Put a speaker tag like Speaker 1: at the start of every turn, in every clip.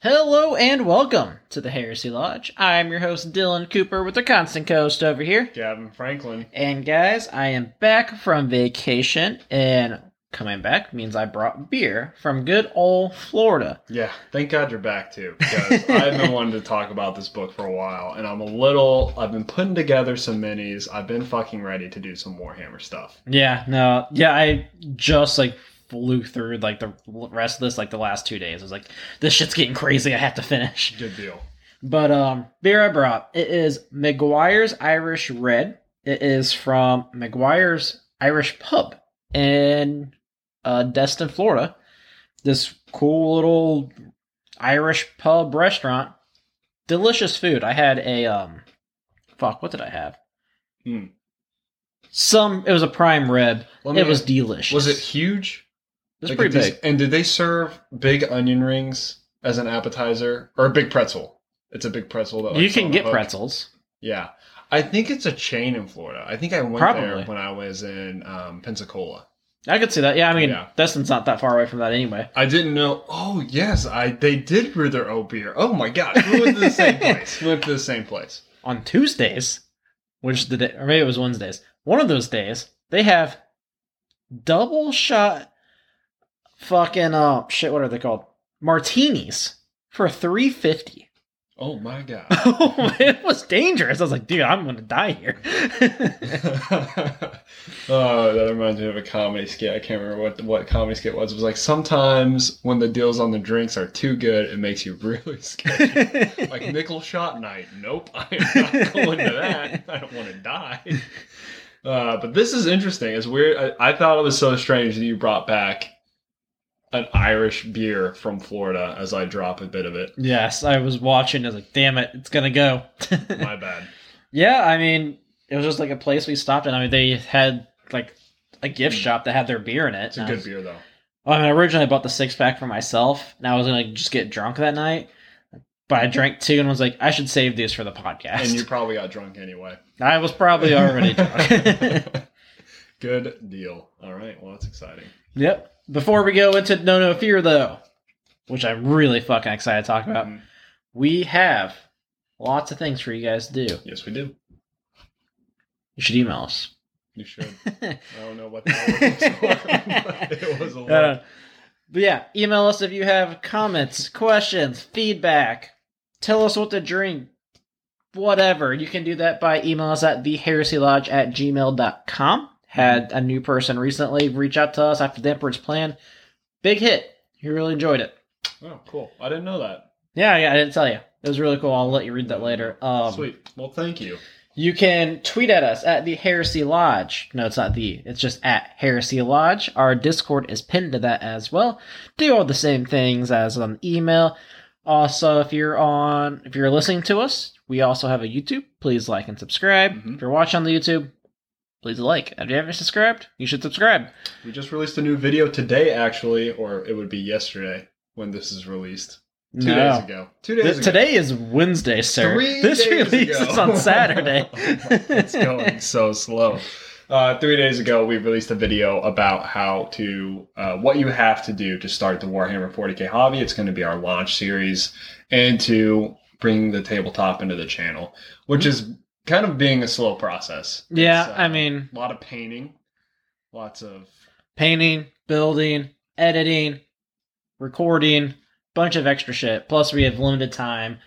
Speaker 1: Hello and welcome to the Heresy Lodge. I'm your host Dylan Cooper with the Constant Coast over here.
Speaker 2: Gavin Franklin.
Speaker 1: And guys, I am back from vacation and coming back means I brought beer from good old Florida.
Speaker 2: Yeah, thank God you're back too, because I've been wanting to talk about this book for a while, and I'm a little. I've been putting together some minis. I've been fucking ready to do some Warhammer stuff.
Speaker 1: Yeah, no, yeah, I just like flew through like the rest of this like the last two days. I was like, this shit's getting crazy. I have to finish.
Speaker 2: Good deal.
Speaker 1: But um, beer I brought it is McGuire's Irish Red. It is from McGuire's Irish Pub in uh, Destin, Florida. This cool little Irish pub restaurant. Delicious food. I had a um, fuck. What did I have?
Speaker 2: Hmm.
Speaker 1: Some. It was a prime rib.
Speaker 2: Let me
Speaker 1: It was
Speaker 2: ask,
Speaker 1: delicious.
Speaker 2: Was it huge?
Speaker 1: It was
Speaker 2: Like,
Speaker 1: pretty
Speaker 2: did these-
Speaker 1: big.
Speaker 2: And did they serve big onion rings as an appetizer or a big pretzel? Oh, It's a big pretzel. That like,
Speaker 1: You
Speaker 2: is
Speaker 1: can
Speaker 2: on the
Speaker 1: get
Speaker 2: hook.
Speaker 1: pretzels.
Speaker 2: Yeah, I think it's a chain in Florida. I think I went
Speaker 1: Probably.
Speaker 2: there when I was in um, Pensacola.
Speaker 1: I could see that. Yeah, I mean,
Speaker 2: Yeah.
Speaker 1: Destin's not that far away from that anyway.
Speaker 2: I didn't know. Oh yes, I they did brew their oat beer. Oh my god, we went to the same place. We went to the same place.
Speaker 1: on Tuesdays, which the day, or maybe it was Wednesdays, one of those days, they have double shot fucking uh shit, what are they called? Martinis for three fifty.
Speaker 2: Oh my god.
Speaker 1: it was dangerous. I was like, dude, I'm gonna die here.
Speaker 2: oh, that reminds me of a comedy skit. I can't remember what what comedy skit was. It was like sometimes when the deals on the drinks are too good, it makes you really scared. like nickel shot night. Nope, I am not going to that. I don't want to die. Uh, but this is interesting. It's weird. I, I thought it was so strange that you brought back an Irish beer from Florida as I drop a bit of it.
Speaker 1: yes, I was watching, I was like, damn it, it's gonna go.
Speaker 2: My bad.
Speaker 1: Yeah, I mean, it was just like a place we stopped at. I mean, they had like a gift shop that had their beer in it.
Speaker 2: Mm. It's a
Speaker 1: and I
Speaker 2: good
Speaker 1: was-
Speaker 2: beer though.
Speaker 1: Well, I mean, originally I bought the six pack for myself, and I was gonna just get drunk that night. But I drank two and was like, I should save these for the podcast.
Speaker 2: And you probably got drunk anyway.
Speaker 1: I was probably already drunk.
Speaker 2: Good deal. All right. Well, that's exciting.
Speaker 1: yep. Before we go into No No Fear though, which I'm really fucking excited to talk about,
Speaker 2: Mhm.
Speaker 1: we have lots of things for you guys to do.
Speaker 2: Yes, we do.
Speaker 1: You should email us.
Speaker 2: You should. I don't know what that was. but it was a lot.
Speaker 1: Uh, but yeah, email us if you have comments, questions, feedback. Tell us what to drink. Whatever. You can do that by email us at theheresylodge at gmail.com. Had a new person recently reach out to us after the Emperor's Plan. Big hit. He really enjoyed it.
Speaker 2: oh, cool. I didn't know that.
Speaker 1: Yeah, yeah, I didn't tell you. It was really cool. I'll let you read that later. Um,
Speaker 2: Sweet. Well, thank you.
Speaker 1: You can tweet at us at the Heresy Lodge. No, it's not the. It's just at Heresy Lodge. Our Discord is pinned to that as well. Do all the same things as on email. Also, if you're on, if you're listening to us, we also have a YouTube. Please like and subscribe.
Speaker 2: Mhm.
Speaker 1: If you're watching on the YouTube, please like. If you haven't subscribed, you should subscribe.
Speaker 2: We just released a new video today, actually, or it would be yesterday when this is released. Two days ago. Two days
Speaker 1: Th-
Speaker 2: ago.
Speaker 1: today is Wednesday, sir.
Speaker 2: Three
Speaker 1: this
Speaker 2: days
Speaker 1: release
Speaker 2: ago.
Speaker 1: is on Saturday.
Speaker 2: it's going so slow. Uh, three days ago, we released a video about how to, uh, what you have to do to start the Warhammer 40k hobby. It's going to be our launch series, and to bring the tabletop into the channel, which
Speaker 1: Mm-hmm.
Speaker 2: is kind of being a slow process.
Speaker 1: yeah,
Speaker 2: It's, uh,
Speaker 1: I mean,
Speaker 2: a lot of painting, lots of
Speaker 1: painting, building, editing, recording, bunch of extra shit. Plus, we have limited time.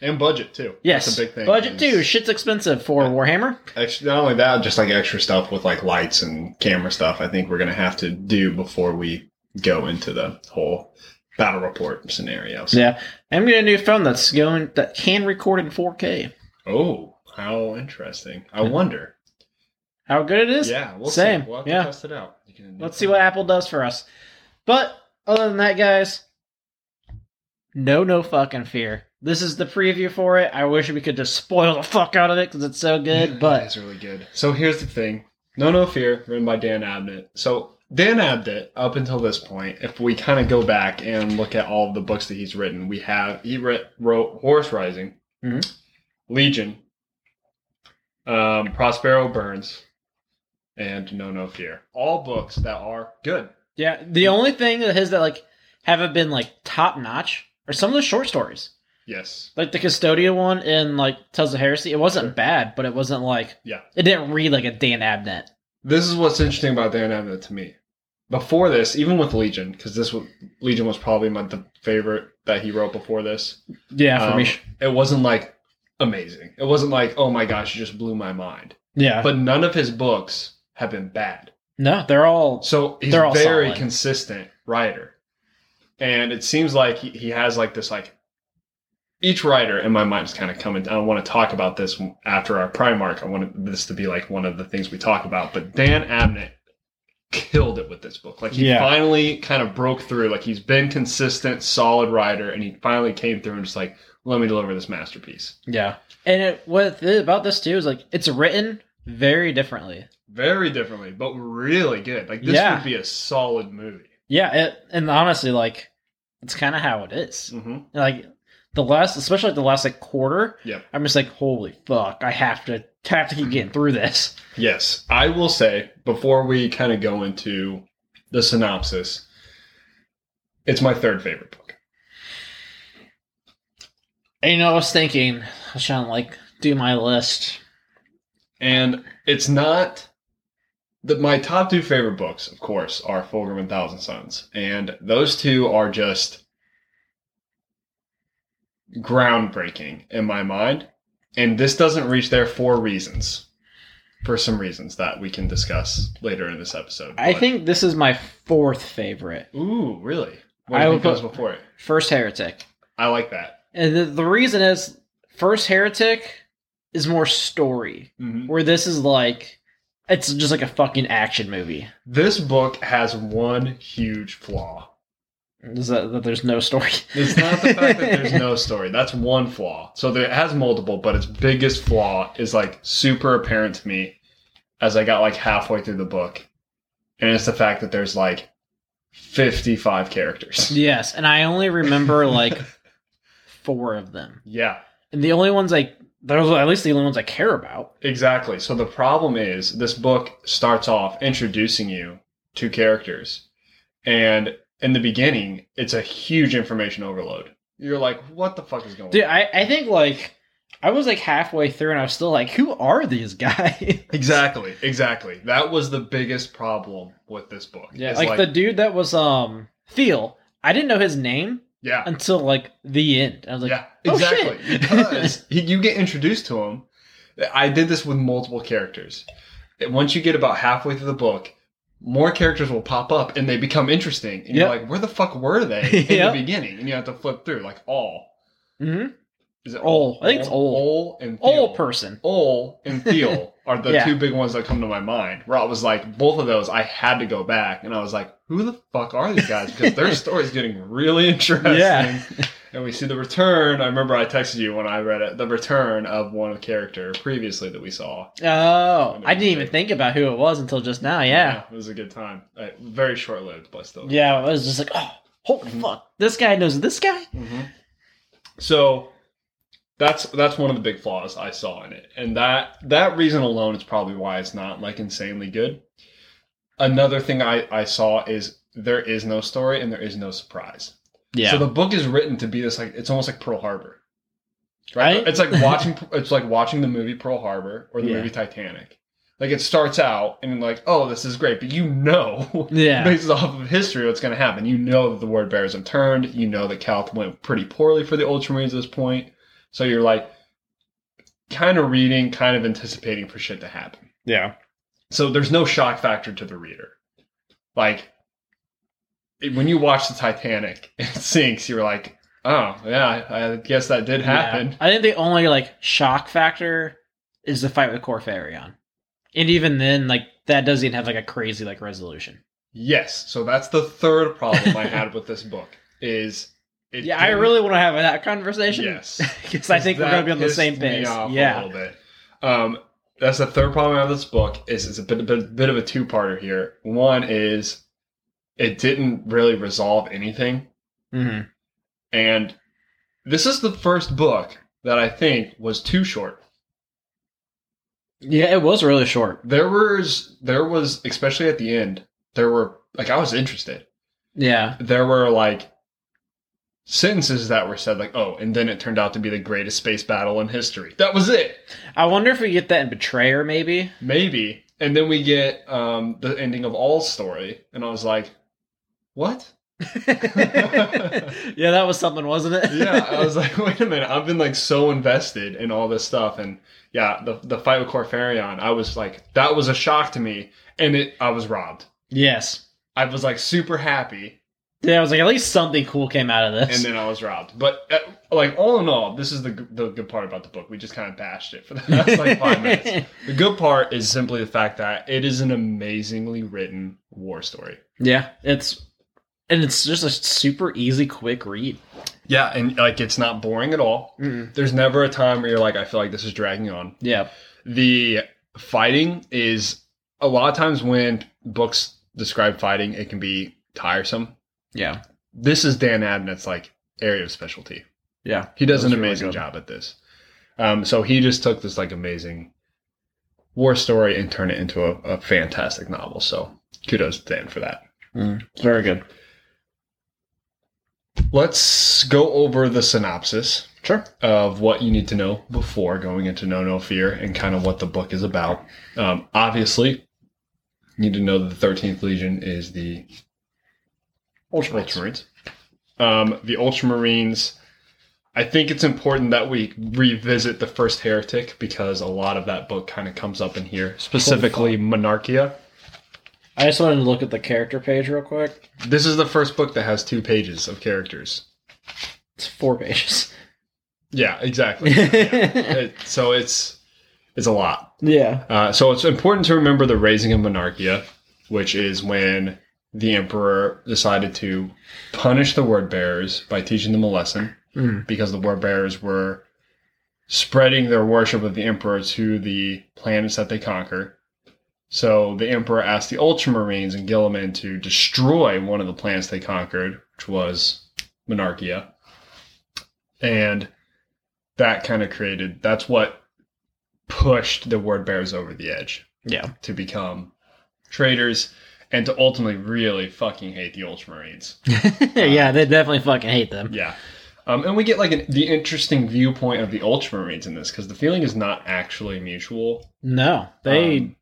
Speaker 2: and budget too.
Speaker 1: Yes,
Speaker 2: That's a big thing.
Speaker 1: Budget
Speaker 2: is-
Speaker 1: too. Shit's expensive for Warhammer.
Speaker 2: Ex not only that, just like extra stuff with like lights and camera stuff. I think we're gonna have to do before we go into the whole battle report scenario. So-
Speaker 1: Yeah, I'm getting a new phone that's going that can record in 4K.
Speaker 2: Oh, how interesting! I wonder.
Speaker 1: How good it is.
Speaker 2: Yeah, we'll
Speaker 1: Same,
Speaker 2: see. We'll have to
Speaker 1: yeah.
Speaker 2: test it out. You can-
Speaker 1: Let's see what Apple does for us. But other than that, guys, no, no fucking fear. This is the preview for it. I wish we could just spoil the fuck out of it because it's so
Speaker 2: Yeah,
Speaker 1: good. But
Speaker 2: it's really good. So here's the thing: No, no fear, written by Dan Abnett. So Dan Abnett, up until this point, if we kind of go back and look at all of the books that he's written, we have he writ, wrote Horse Rising,
Speaker 1: Mhm.
Speaker 2: Legion, um, Prospero Burns, and No, no fear. All books that are good.
Speaker 1: Yeah, the only thing that his that like haven't been like top notch or some of the short stories.
Speaker 2: Yes.
Speaker 1: Like the Custodia one in like Tales of Heresy, it wasn't bad, but it wasn't like
Speaker 2: Yeah.
Speaker 1: it didn't read like a Dan Abnett.
Speaker 2: This is what's interesting about Dan Abnett to me. Before this, even with Legion, because this was, Legion was probably my the favorite that he wrote before this.
Speaker 1: Yeah, for
Speaker 2: um,
Speaker 1: me.
Speaker 2: It wasn't like amazing. It wasn't like, oh my gosh, it just blew my mind.
Speaker 1: Yeah,
Speaker 2: But none of his books have been bad.
Speaker 1: no, they're all
Speaker 2: So he's
Speaker 1: They're all
Speaker 2: very
Speaker 1: solid.
Speaker 2: consistent writer. And it seems like he, he has like this like each writer in my mind is kind of coming. I want to talk about this after our Primark. I want this to be like one of the things we talk about. But Dan Abnett killed it with this book. Like he
Speaker 1: Yeah.
Speaker 2: finally kind of broke through. Like he's been consistent, solid writer, and he finally came through and just like let me deliver this masterpiece.
Speaker 1: yeah. And it, what th- about this too is like it's written very differently.
Speaker 2: Very differently, but really good. Like this
Speaker 1: Yeah.
Speaker 2: would be a solid movie.
Speaker 1: Yeah, it, and honestly, like it's kind of how it is.
Speaker 2: Mm-hmm.
Speaker 1: Like the last, especially like the last like quarter.
Speaker 2: Yep.
Speaker 1: I'm just like, holy fuck! I have to have to keep getting through this.
Speaker 2: Yes, I will say before we kind of go into the synopsis, it's my third favorite book.
Speaker 1: And, you know, I was thinking, I was trying to like do my list.
Speaker 2: And it's not the my top two favorite books, of course, are Fulgrim and Thousand Suns. And those two are just groundbreaking in my mind. And this doesn't reach there for reasons. For some reasons that we can discuss later in this episode.
Speaker 1: I
Speaker 2: But-
Speaker 1: think this is my fourth favorite.
Speaker 2: Ooh, really? What do
Speaker 1: I
Speaker 2: you
Speaker 1: would
Speaker 2: think goes
Speaker 1: put-
Speaker 2: before it?
Speaker 1: First Heretic,
Speaker 2: I like that.
Speaker 1: and the, the reason is First Heretic is more story,
Speaker 2: Mm-hmm.
Speaker 1: where this is like it's just like a fucking action movie.
Speaker 2: This book has one huge flaw.
Speaker 1: Is that, that there's no story?
Speaker 2: It's not the fact that there's no story. That's one flaw. So there, it has multiple, but its biggest flaw is like super apparent to me as I got like halfway through the book. And it's the fact that there's like 55 characters.
Speaker 1: Yes, and I only remember like four of them.
Speaker 2: Yeah,
Speaker 1: And the only ones I those are at least the only ones I care about.
Speaker 2: exactly. So the problem is this book starts off introducing you to characters. And in the beginning, it's a huge information overload. You're like, what the fuck is going
Speaker 1: Dude,
Speaker 2: on?
Speaker 1: I, I think like I was like halfway through and I was still like, who are these guys?
Speaker 2: Exactly, exactly. That was the biggest problem with this book.
Speaker 1: yeah,
Speaker 2: It's
Speaker 1: like, the dude that was um Thiel. I didn't know his name
Speaker 2: yeah,
Speaker 1: until like the end. I was like,
Speaker 2: yeah,
Speaker 1: oh,
Speaker 2: exactly.
Speaker 1: shit.
Speaker 2: because he, you get introduced to him. I did this with multiple characters. And Once you get about halfway through the book, more characters will pop up and they become interesting. And you're
Speaker 1: Yep.
Speaker 2: like, where the fuck were they in
Speaker 1: Yep.
Speaker 2: the beginning? And you have to flip through like all.
Speaker 1: hmm
Speaker 2: Is it
Speaker 1: All. I think it's all.
Speaker 2: All and
Speaker 1: Old
Speaker 2: Thiel.
Speaker 1: person.
Speaker 2: Ole and Thiel are the
Speaker 1: Yeah.
Speaker 2: two big ones that come to my mind. Where I was like, both of those, I had to go back, and I was like, who the fuck are these guys? Because their story's getting really interesting.
Speaker 1: Yeah.
Speaker 2: And we see the return. I remember I texted you when I read it. The return of one character previously that we saw.
Speaker 1: Oh, I didn't even think about who it was until just now. Yeah,
Speaker 2: it was a good time. Uh, very short lived, but still.
Speaker 1: yeah. I was just like, oh, holy
Speaker 2: Mhm.
Speaker 1: fuck, this guy knows this guy.
Speaker 2: hmm So that's that's one of the big flaws I saw in it, and that that reason alone is probably why it's not like insanely good. Another thing I I saw is there is no story and there is no surprise.
Speaker 1: Yeah.
Speaker 2: So the book is written to be this like it's almost like Pearl Harbor,
Speaker 1: Right?
Speaker 2: It's like watching it's like watching the movie Pearl Harbor or the
Speaker 1: Yeah.
Speaker 2: movie Titanic. Like it starts out and like oh this is great, but you know
Speaker 1: yeah.
Speaker 2: based off of history what's going to happen. You know that the word bears have turned. You know that Calth went pretty poorly for the Ultramarines at this point. So you're like kind of reading, kind of anticipating for shit to happen.
Speaker 1: Yeah.
Speaker 2: So there's no shock factor to the reader. Like it- when you watch the Titanic, it sinks. You're like, oh yeah, I I guess that did happen.
Speaker 1: Yeah. I think the only like shock factor is the fight with Corfarion, and even then, like that doesn't even have like a crazy like resolution.
Speaker 2: Yes. So that's the third problem I had with this book is. It
Speaker 1: yeah, I
Speaker 2: didn't-
Speaker 1: really want to have that conversation.
Speaker 2: Yes.
Speaker 1: because I think we're
Speaker 2: That
Speaker 1: gonna be on the
Speaker 2: pissed
Speaker 1: same
Speaker 2: me
Speaker 1: page.
Speaker 2: off A
Speaker 1: Yeah.
Speaker 2: little bit. Um, that's the third problem I have with this book is it's a bit, bit, bit of a two parter here. One is it didn't really resolve anything,
Speaker 1: hmm
Speaker 2: and this is the first book that I think was too short.
Speaker 1: Yeah, it was really short.
Speaker 2: There was there was especially at the end there were like I was interested.
Speaker 1: Yeah.
Speaker 2: There were like sentences that were said, like, oh, and then it turned out to be the greatest space battle in history. That was it.
Speaker 1: I wonder if we get that in Betrayer, maybe.
Speaker 2: Maybe. And then we get um, the ending of All Story. And I was like, what?
Speaker 1: yeah, that was something, wasn't it?
Speaker 2: yeah, uh, I was like, wait a minute. I've been like so invested in all this stuff, and yeah, the the fight with Corfarion, I was like, that was a shock to me, and it I was robbed.
Speaker 1: yes.
Speaker 2: I was like super happy,
Speaker 1: Yeah, I was like, at least something cool came out of this.
Speaker 2: and then I was robbed. But uh, like all in all, this is the g- the good part about the book. We just kind of bashed it for the last like five minutes. The good part is simply the fact that it is an amazingly written war story.
Speaker 1: yeah, it's and it's just a super easy, quick read.
Speaker 2: Yeah, and like it's not boring at all.
Speaker 1: Mm-mm.
Speaker 2: There's never a time where you're like, I feel like this is dragging on.
Speaker 1: Yeah,
Speaker 2: the fighting is a lot of times when books describe fighting, it can be tiresome.
Speaker 1: yeah,
Speaker 2: This is Dan Abnett's like area of specialty.
Speaker 1: yeah.
Speaker 2: He does
Speaker 1: That
Speaker 2: an
Speaker 1: was really
Speaker 2: amazing
Speaker 1: good.
Speaker 2: job at this. Um, so he just took this like amazing war story and turned it into a, a fantastic novel. So kudos to Dan for that.
Speaker 1: Mm-hmm. It's very good.
Speaker 2: Let's go over the synopsis
Speaker 1: Sure.
Speaker 2: of what you need to know before going into No No Fear and kind of what the book is about. Um, obviously, you need to know that the 13th Legion is the Ultramarines. Um, the Ultramarines. I think it's important that we revisit the first heretic because a lot of that book kind of comes up in here, specifically Monarchia.
Speaker 1: I just wanted to look at the character page real quick.
Speaker 2: This is the first book that has two pages of characters.
Speaker 1: It's four pages.
Speaker 2: Yeah, exactly. Yeah.
Speaker 1: yeah.
Speaker 2: It- so it's it's a lot. Uh, so it's important to remember the raising of monarchia, which is when the emperor decided to punish the word bearers by teaching them a lesson
Speaker 1: Mm.
Speaker 2: because the word bearers were spreading their worship of the emperor to the planets that they conquer. So the emperor asked the ultramarines and Gilliman to destroy one of the planets they conquered, which was monarchia. And that kind of created that's what pushed the word bearers over the edge
Speaker 1: Yeah.
Speaker 2: to become traitors and to ultimately really fucking hate the ultramarines
Speaker 1: yeah, they definitely fucking hate them.
Speaker 2: yeah um, and we get like an, the interesting viewpoint of the ultramarines in this because the feeling is not actually mutual
Speaker 1: No, they.
Speaker 2: Um,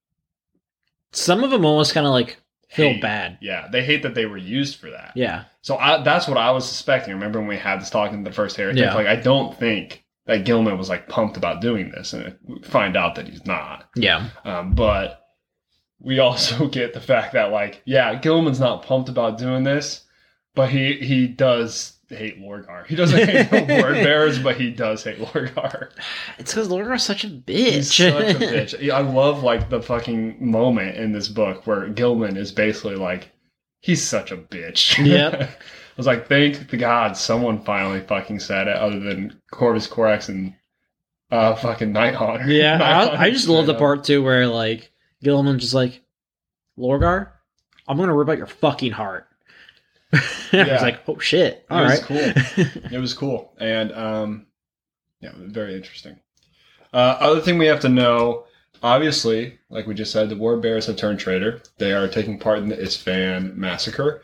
Speaker 1: some of them almost kind of like feel
Speaker 2: hate.
Speaker 1: bad.
Speaker 2: yeah they hate that they were used for that
Speaker 1: Yeah.
Speaker 2: so I, that's what i was suspecting remember when we had this talk in the first heretic
Speaker 1: Yeah.
Speaker 2: like i don't think that gilman was like pumped about doing this and we find out that he's not
Speaker 1: Yeah.
Speaker 2: Um, but we also get the fact that like, yeah, Gilman's not pumped about doing this, but he he does hate Lorgar. He doesn't hate the word bearers, but he does hate Lorgar.
Speaker 1: It's because Lorgar's such a bitch.
Speaker 2: He's such a bitch. Yeah, I love like the fucking moment in this book where Gilman is basically like, he's such a bitch.
Speaker 1: Yep.
Speaker 2: I was like, thank the god someone finally fucking said it, other than Corvus Corax and uh fucking Night Hunter.
Speaker 1: Yeah,
Speaker 2: Night
Speaker 1: I,
Speaker 2: Hunter
Speaker 1: I just love the
Speaker 2: straight up.
Speaker 1: part too where like Gilliman's just like, Lorgar, I'm gonna rip out your fucking heart. I
Speaker 2: Yeah.
Speaker 1: was like, oh shit, all
Speaker 2: it
Speaker 1: right,
Speaker 2: was cool. it was cool, and um, yeah, very interesting. Uh, other thing we have to know, obviously, like we just said, the war bears have turned traitor. They are taking part in the Isfan massacre.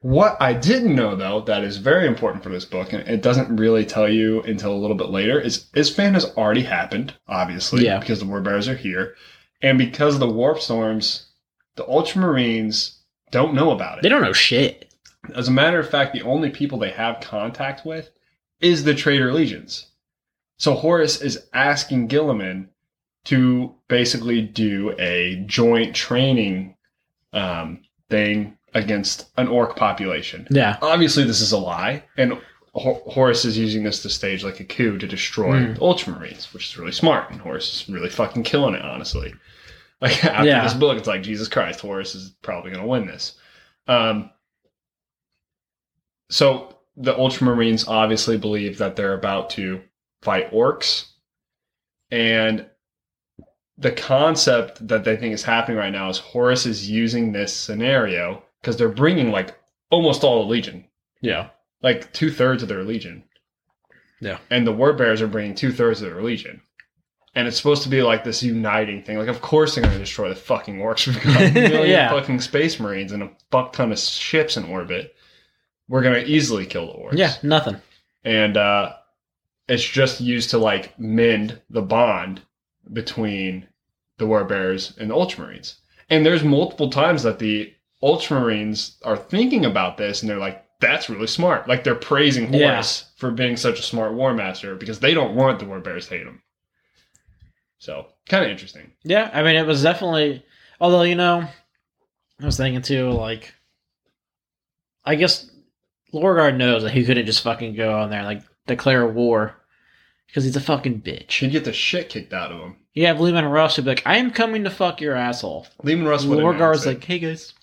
Speaker 2: What I didn't know, though, that is very important for this book, and it doesn't really tell you until a little bit later, is Isfan has already happened, obviously,
Speaker 1: Yeah.
Speaker 2: because the war bears are here, and because of the warp storms, the Ultramarines don't know about it.
Speaker 1: they don't know shit.
Speaker 2: As a matter of fact, the only people they have contact with is the Trader Legions. So Horace is asking Gilliman to basically do a joint training um, thing against an orc population.
Speaker 1: Yeah,
Speaker 2: Obviously, this is a lie, and Hor- Horace is using this to stage like a coup to destroy
Speaker 1: Hmm.
Speaker 2: the Ultramarines, which is really smart. And Horace is really fucking killing it, honestly. Like after
Speaker 1: Yeah.
Speaker 2: this book, it's like Jesus Christ, Horace is probably going to win this. Um, so the Ultramarines obviously believe that they're about to fight orcs, and the concept that they think is happening right now is Horus is using this scenario because they're bringing like almost all the Legion,
Speaker 1: yeah,
Speaker 2: like two thirds of their Legion.
Speaker 1: Yeah.
Speaker 2: and the War Bears are bringing two thirds of their Legion. And it's supposed to be like this uniting thing. Like, of course they're going to destroy the fucking orcs. We've got a million
Speaker 1: Yeah.
Speaker 2: fucking space marines and a fuck ton of ships in orbit. we're gonna easily kill the orcs.
Speaker 1: Yeah, nothing.
Speaker 2: and uh, it's just used to like mend the bond between the warbears and the ultramarines. And there's multiple times that the ultramarines are thinking about this, and they're like, "That's really smart." Like they're praising
Speaker 1: Yeah.
Speaker 2: Horus for being such a smart war master because they don't want the warbears to hate him. So kind of interesting.
Speaker 1: Yeah, I mean, it was definitely. Although you know, I was thinking too. Like, I guess Lorgar knows that he couldn't just fucking go on there and, like declare war because he's a fucking bitch.
Speaker 2: He'd get the shit kicked out of him.
Speaker 1: You have Lehman and Russ who'd be like, "I am coming to fuck your asshole."
Speaker 2: Lehman Russ would announce
Speaker 1: Lorgar's
Speaker 2: it.
Speaker 1: like, "Hey guys,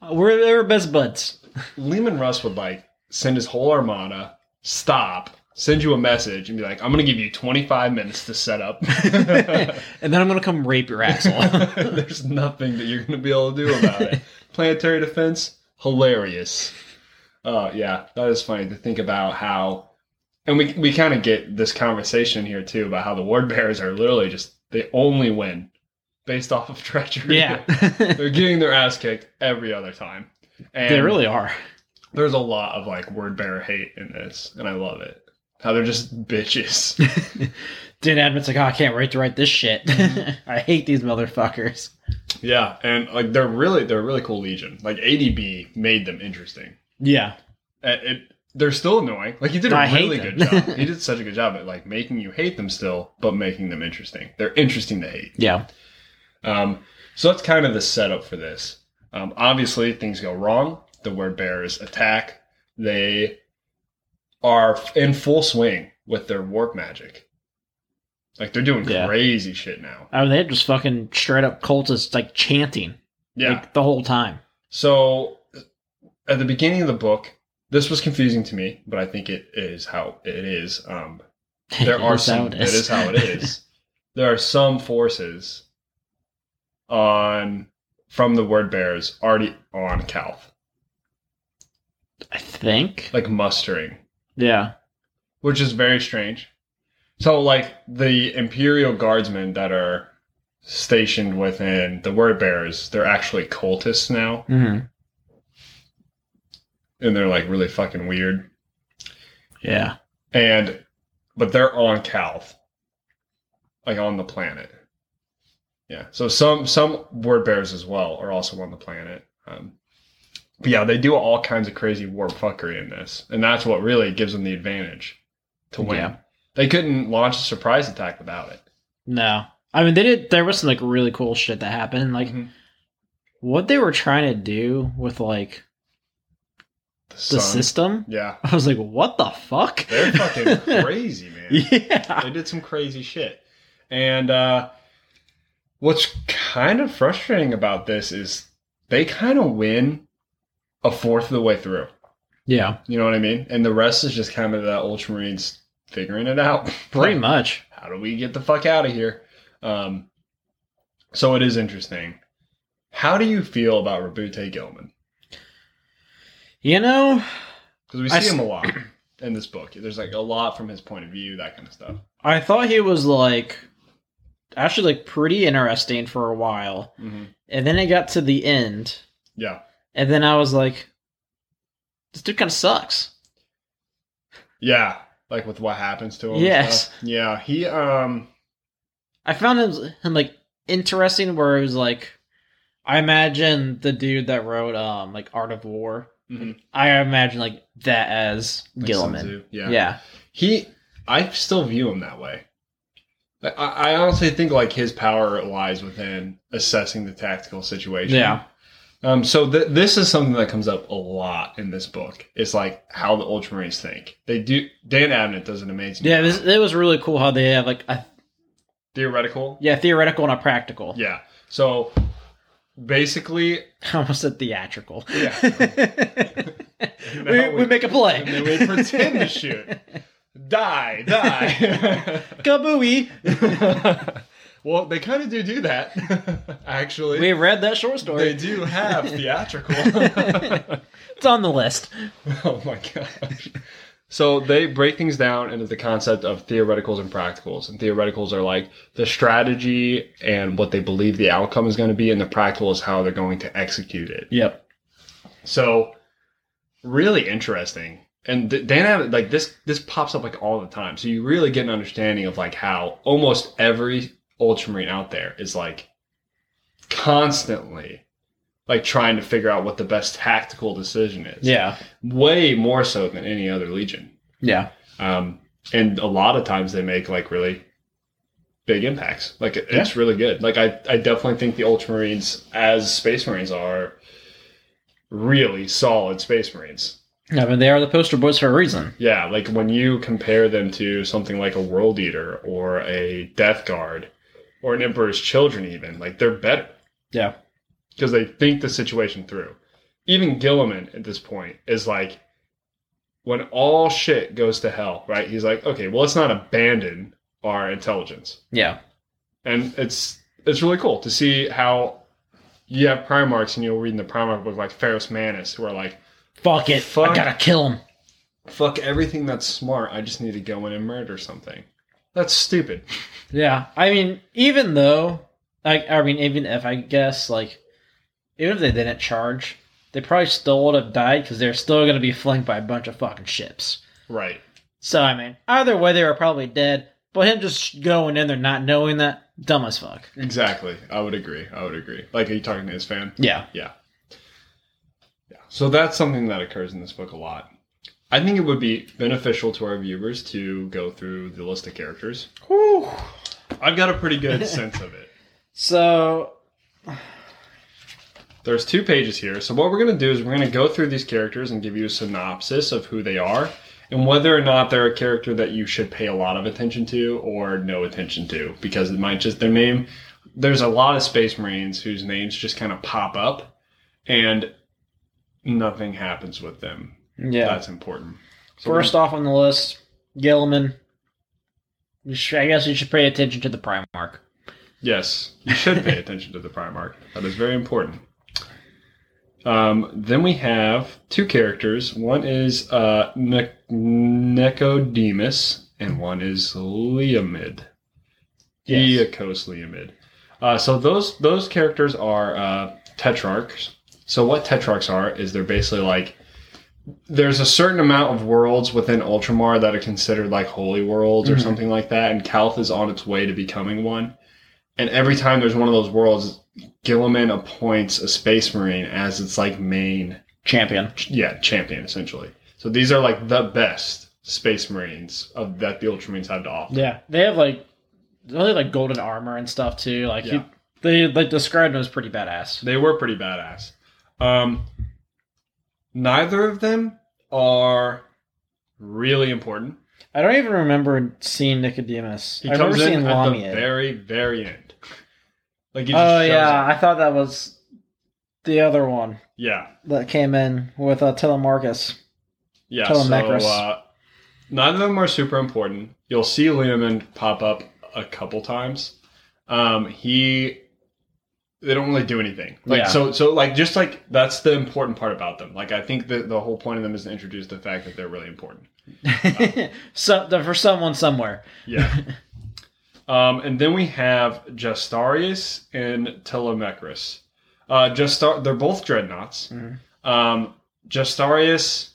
Speaker 1: uh, we're we're best buds."
Speaker 2: Lehman Russ would like send his whole armada, stop, send you a message, and be like, "I'm gonna give you 25 minutes to set up."
Speaker 1: and then I'm gonna come rape your asshole.
Speaker 2: There's nothing that you're gonna be able to do about it. Planetary defense, hilarious. Uh, yeah, that is funny to think about how, and we we kind of get this conversation here too about how the ward bearers are literally just they only win based off of treachery.
Speaker 1: yeah,
Speaker 2: they're getting their ass kicked every other time. And
Speaker 1: they really are.
Speaker 2: there's a lot of like word bearer hate in this, and I love it. How they're just bitches.
Speaker 1: Dan Adam's like, oh, I can't wait to write this shit.
Speaker 2: Mm-hmm.
Speaker 1: I hate these motherfuckers.
Speaker 2: yeah, and like they're really they're a really cool legion. Like ADB made them interesting.
Speaker 1: Yeah,
Speaker 2: It, it- they're still annoying. Like he did a
Speaker 1: I hate
Speaker 2: really
Speaker 1: them.
Speaker 2: good job. He did such a good job at like making you hate them still, but making them interesting. They're interesting to hate.
Speaker 1: yeah,
Speaker 2: Um, so that's kind of the setup for this. Um, obviously, things go wrong. The word bearers attack. They are in full swing with their warp magic. Like they're doing
Speaker 1: Yeah.
Speaker 2: crazy shit now.
Speaker 1: I mean, they're just fucking straight up cultists, like chanting,
Speaker 2: Yeah.
Speaker 1: like the whole time.
Speaker 2: so at the beginning of the book, this was confusing to me, but I think it is how it is. Um, there are
Speaker 1: That's how
Speaker 2: some.
Speaker 1: it
Speaker 2: It is how it is. there are some forces on from the word bearers already on Calf.
Speaker 1: I think.
Speaker 2: like mustering,
Speaker 1: Yeah,
Speaker 2: which is very strange. So, like the Imperial Guardsmen that are stationed within the Word Bearers, they're actually cultists now,
Speaker 1: mm-hmm.
Speaker 2: and they're like really fucking weird.
Speaker 1: yeah,
Speaker 2: And but they're on Calv, like on the planet. Yeah. So some some Word Bearers as well are also on the planet. Um, but yeah, they do all kinds of crazy warp fuckery in this, and that's what really gives them the advantage to win.
Speaker 1: Yeah.
Speaker 2: They couldn't launch a surprise attack without it.
Speaker 1: no. I mean, they did. There was some like really cool shit that happened. Like
Speaker 2: Mm-hmm.
Speaker 1: what they were trying to do with like
Speaker 2: the
Speaker 1: the
Speaker 2: sun.
Speaker 1: system.
Speaker 2: Yeah,
Speaker 1: I was like, what the fuck?
Speaker 2: they're fucking crazy, man.
Speaker 1: yeah.
Speaker 2: They did some crazy shit, and uh, what's kind of frustrating about this is they kind of win a fourth of the way through.
Speaker 1: Yeah,
Speaker 2: You know what I mean? And the rest is just kind of the Ultramarines figuring it out.
Speaker 1: pretty much.
Speaker 2: how do we get the fuck out of here? Um, so it is interesting. How do you feel about Rabute Gilman?
Speaker 1: You know,
Speaker 2: Because we
Speaker 1: I
Speaker 2: see
Speaker 1: s-
Speaker 2: him a lot in this book. There's like a lot from his point of view, that kind of stuff.
Speaker 1: I thought he was like actually like pretty interesting for a while.
Speaker 2: Mm-hmm.
Speaker 1: And then it got to the end,
Speaker 2: Yeah,
Speaker 1: and then I was like, this dude kind of sucks.
Speaker 2: yeah. Like with what happens to him. and
Speaker 1: Yes.
Speaker 2: stuff. Yeah, he. Um.
Speaker 1: I found him, him like interesting where it was like I imagine the dude that wrote um like Art of War.
Speaker 2: mhm,
Speaker 1: I imagine like that as
Speaker 2: like Sun
Speaker 1: Gilliman.
Speaker 2: Tzu,
Speaker 1: Yeah.
Speaker 2: Yeah. He. I still view him that way. Like, I, I honestly think like his power lies within assessing the tactical situation.
Speaker 1: Yeah.
Speaker 2: Um, so th- this is something that comes up a lot in this book. It's like how the Ultramarines think. They do. Dan Abnett does an amazing.
Speaker 1: Yeah,
Speaker 2: job.
Speaker 1: this, it was really cool how they have like a
Speaker 2: theoretical.
Speaker 1: yeah, theoretical and a practical.
Speaker 2: Yeah. So basically,
Speaker 1: I almost said theatrical.
Speaker 2: Yeah.
Speaker 1: we,
Speaker 2: Now
Speaker 1: we,
Speaker 2: we-
Speaker 1: make a play.
Speaker 2: and then we pretend to shoot. Die, die.
Speaker 1: Kabooey.
Speaker 2: well, they kind of do do that, actually.
Speaker 1: We read that short
Speaker 2: they
Speaker 1: story.
Speaker 2: do have theatrical.
Speaker 1: It's on the list.
Speaker 2: oh my gosh. So they break things down into the concept of theoreticals and practicals. And theoreticals are like the strategy and what they believe the outcome is going to be, and the practical is how they're going to execute it.
Speaker 1: Yep.
Speaker 2: So really interesting. And th- Dan Abbott, like this, this pops up like all the time. So you really get an understanding of like how almost every Ultramarine out there is like constantly like trying to figure out what the best tactical decision is.
Speaker 1: Yeah.
Speaker 2: Way more so than any other Legion.
Speaker 1: Yeah.
Speaker 2: Um, and a lot of times they make like really big impacts. Like it- it's really good. Like I, I definitely think the Ultramarines as Space Marines are really solid Space Marines.
Speaker 1: I mean, they are the poster boys for a reason.
Speaker 2: Yeah, like when you compare them to something like a World Eater or a Death Guard or an Emperor's Children, even like they're better.
Speaker 1: Yeah.
Speaker 2: because they think the situation through. Even Gilliman at this point is like, when all shit goes to hell, right? He's like, okay, well, let's not abandon our intelligence,
Speaker 1: Yeah.
Speaker 2: and it's it's really cool to see how you have Primarchs and you'll read in the Primarch book like Ferris Manus who are like,
Speaker 1: Fuck it. I
Speaker 2: Fuck.
Speaker 1: gotta kill him.
Speaker 2: fuck everything that's smart, I just need to go in and murder something. That's stupid.
Speaker 1: Yeah, I mean, even though, like, I mean, even if I guess, like, even if they didn't charge, they probably still would have died because they're still going to be flanked by a bunch of fucking ships.
Speaker 2: Right.
Speaker 1: So I mean, either way, they were probably dead. But him just going in there not knowing that, dumb as fuck.
Speaker 2: Mm. Exactly. I would agree. I would agree. Like, are you talking to his fan?
Speaker 1: Yeah,
Speaker 2: Yeah. So that's something that occurs in this book a lot. I think it would be beneficial to our viewers to go through the list of characters. I've got a pretty good sense of it.
Speaker 1: So
Speaker 2: There's two pages here. So what we're going to do is we're going to go through these characters and give you a synopsis of who they are and whether or not they're a character that you should pay a lot of attention to or no attention to because it might just their name there's a lot of space marines whose names just kind of pop up and nothing happens with them.
Speaker 1: yeah,
Speaker 2: That's important. So
Speaker 1: first off on the list, Gilliman. We should, I guess we should pay attention to the Primark.
Speaker 2: Yes, you should pay attention to the Primarch. That is very important. Um, then we have two characters. One is uh, ne- Necodemus, and one is Leomid.
Speaker 1: Yes.
Speaker 2: Iacos Leomid. Uh, so those those characters are uh, tetrarchs. So what tetrarchs are is they're basically like there's a certain amount of worlds within Ultramar that are considered like holy worlds or
Speaker 1: Mhm.
Speaker 2: something like that, and Kalth is on its way to becoming one. And every time there's one of those worlds, Gilliman appoints a Space Marine as its like main
Speaker 1: Champion.
Speaker 2: yeah, champion essentially. So these are like the best Space Marines of that the Ultramarines have to offer.
Speaker 1: Yeah, they have like they have like golden armor and stuff too. Like
Speaker 2: Yeah.
Speaker 1: he, they like described him as pretty badass.
Speaker 2: They were pretty badass. Um, neither of them are really important.
Speaker 1: I don't even remember seeing Nicodemus.
Speaker 2: He
Speaker 1: I remember
Speaker 2: comes
Speaker 1: seeing
Speaker 2: in at the
Speaker 1: Lamier.
Speaker 2: very, very end. Like he just
Speaker 1: Oh
Speaker 2: shows
Speaker 1: yeah,
Speaker 2: up.
Speaker 1: I thought that was the other one
Speaker 2: yeah,
Speaker 1: that came in with uh, Telemarcus.
Speaker 2: yeah.
Speaker 1: Tell him
Speaker 2: So
Speaker 1: Macros.
Speaker 2: uh, neither of them are super important. You'll see Leoman pop up a couple times. Um, he they don't really do anything. Like
Speaker 1: Yeah.
Speaker 2: so so like just like that's the important part about them. Like I think that the whole point of them is to introduce the fact that they're really important.
Speaker 1: so the, for someone somewhere.
Speaker 2: Yeah. um, and then we have Justarius and Telemachus. Uh, Justar- they're both dreadnoughts.
Speaker 1: Mhm.
Speaker 2: Um, Justarius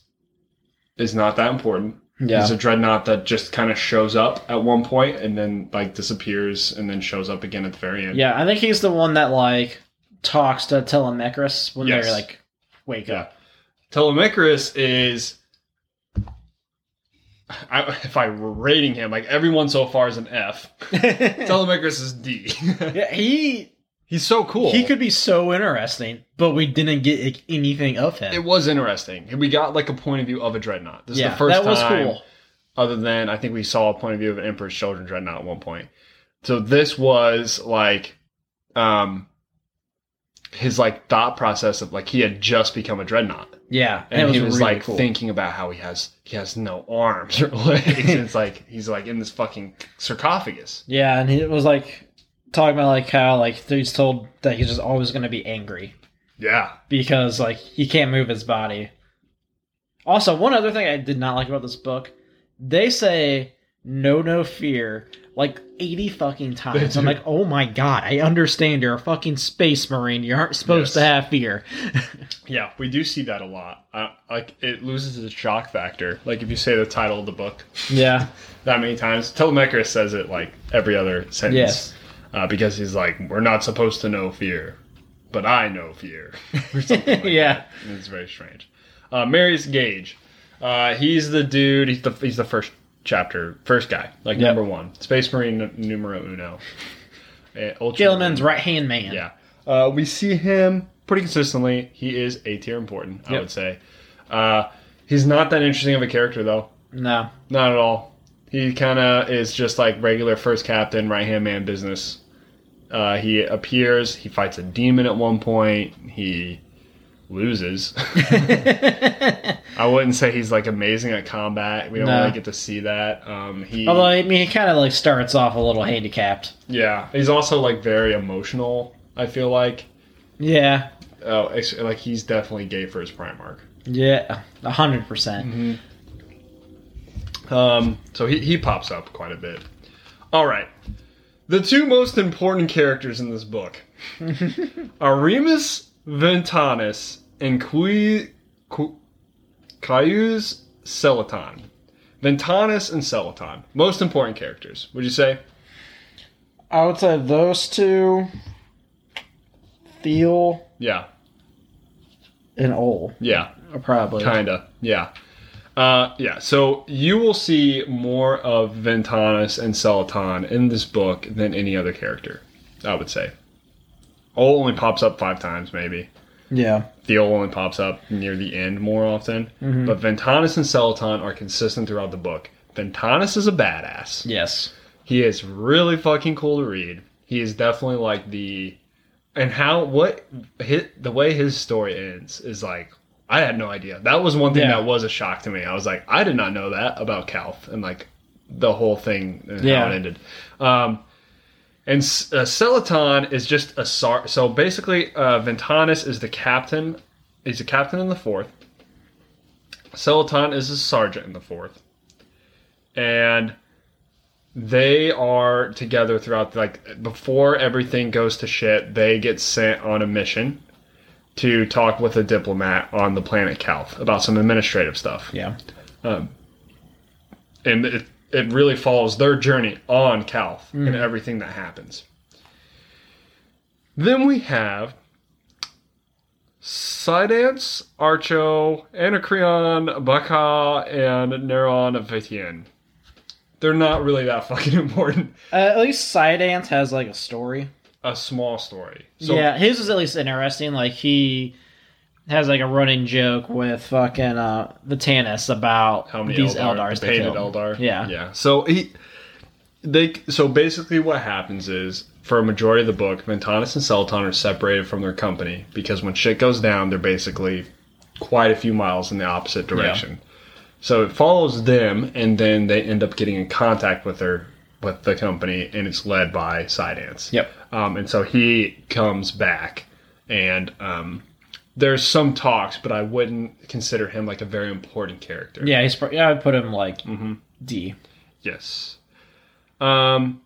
Speaker 2: is not that important. He's a dreadnought that just kind of shows up at one point and then like disappears and then shows up again at the very end.
Speaker 1: yeah. I think he's the one that like talks to Telemachus when
Speaker 2: Yes.
Speaker 1: they're like wake
Speaker 2: Yeah.
Speaker 1: up.
Speaker 2: Telemachus is. I, if I were rating him, like everyone so far is an F. Telemachus is D.
Speaker 1: yeah, he
Speaker 2: He's so cool.
Speaker 1: He could be so interesting, but we didn't get like, anything of him.
Speaker 2: It was interesting. We got like a point of view of a dreadnought. This is
Speaker 1: yeah,
Speaker 2: the first
Speaker 1: that was
Speaker 2: time,
Speaker 1: cool.
Speaker 2: other than I think we saw a point of view of an Emperor's Children dreadnought at one point. So this was like, um, his like thought process of like he had just become a dreadnought,
Speaker 1: Yeah,
Speaker 2: and
Speaker 1: it was
Speaker 2: he was
Speaker 1: really
Speaker 2: like
Speaker 1: cool.
Speaker 2: thinking about how he has he has no arms or legs. and it's like he's like in this fucking sarcophagus.
Speaker 1: yeah, and it was like talking about like how like he's told that he's just always going to be angry
Speaker 2: Yeah,
Speaker 1: because like he can't move his body. Also, one other thing I did not like about this book, they say no, no fear like 80 fucking times. I'm
Speaker 2: do.
Speaker 1: like, oh my god, I understand you're a fucking space marine. You aren't supposed to
Speaker 2: Yes.
Speaker 1: have fear.
Speaker 2: Yeah, we do see that a lot. Uh, like it loses its shock factor. Like if you say the title of the book
Speaker 1: Yeah.
Speaker 2: that many times, Telemachus says it like every other sentence.
Speaker 1: Yes.
Speaker 2: Uh, because he's like, we're not supposed to know fear, but I know fear, or something like
Speaker 1: Yeah.
Speaker 2: that. And it's very strange. Uh, Marius Gage, uh, he's the dude. He's the he's the first chapter, first guy, like
Speaker 1: Yep.
Speaker 2: number one, Space Marine numero uno. Uh, Ultramarine.
Speaker 1: Gilliman's right hand man.
Speaker 2: Yeah. Uh, we see him pretty consistently. He is A tier important, I
Speaker 1: Yep.
Speaker 2: would say. Uh, he's not that interesting of a character, though.
Speaker 1: No.
Speaker 2: Not at all. He kind of is just like regular first captain, right hand man business. Uh, he appears, he fights a demon at one point, he loses. I wouldn't say he's like amazing at combat. We don't
Speaker 1: No.
Speaker 2: really get to see that. Um, he,
Speaker 1: Although I mean, he kind of like starts off a little handicapped.
Speaker 2: yeah, he's also like very emotional. I feel like,
Speaker 1: Yeah.
Speaker 2: oh, ex- like he's definitely gay for his Primarch.
Speaker 1: Yeah. A hundred percent.
Speaker 2: Um, so he, he pops up quite a bit. All right. The two most important characters in this book are Remus Ventanus and Qui, Qui, Caius Celaton. Ventanus and Celaton. Most important characters, would you say?
Speaker 1: I would say those two, Thiel
Speaker 2: Yeah.
Speaker 1: and Ole,
Speaker 2: Yeah.
Speaker 1: are probably.
Speaker 2: Kinda, yeah. Uh, yeah, so you will see more of Ventanus and Celaton in this book than any other character, I would say. Ol only pops up five times, maybe.
Speaker 1: Yeah.
Speaker 2: Theo only pops up near the end more often. But Ventanus and Celaton are consistent throughout the book. Ventanus is a badass.
Speaker 1: Yes.
Speaker 2: He is really fucking cool to read. He is definitely like the and how what hit the way his story ends is like I had no idea. That was one thing
Speaker 1: Yeah.
Speaker 2: that was a shock to me. I was like, I did not know that about Calf and like the whole thing and
Speaker 1: Yeah.
Speaker 2: how it ended. Um, and S- uh, Celaton is just a sar. So basically, uh, Ventanus is the captain. He's a captain in the fourth. Celaton is a sergeant in the fourth, and they are together throughout. Like before everything goes to shit, they get sent on a mission to talk with a diplomat on the planet Calf about some administrative stuff
Speaker 1: Yeah.
Speaker 2: and it, it really follows their journey on Calf and everything that happens. Then we have Sidance, Archo, Anacreon, Baca, and Neron of Vitien. They're not really that fucking important.
Speaker 1: Uh, at least Psydance has like a story.
Speaker 2: A small story. So
Speaker 1: yeah, his is at least interesting. Like he has like a running joke with fucking uh the Tannis about
Speaker 2: how many
Speaker 1: these
Speaker 2: Eldar,
Speaker 1: Eldars
Speaker 2: the
Speaker 1: they
Speaker 2: painted
Speaker 1: killed.
Speaker 2: Eldar.
Speaker 1: Yeah.
Speaker 2: yeah. So he, they, so basically, what happens is for a majority of the book, Ventanus and Celaton are separated from their company because when shit goes down, they're basically quite a few miles in the opposite direction. So it follows them, and then they end up getting in contact with their with the company, and it's led by Sidance.
Speaker 1: Yep.
Speaker 2: Um, and so he comes back, and um, there's some talks, but I wouldn't consider him like a very important character.
Speaker 1: Yeah, he's pro- yeah, I'd put him like
Speaker 2: Mm-hmm.
Speaker 1: D.
Speaker 2: Yes. Um,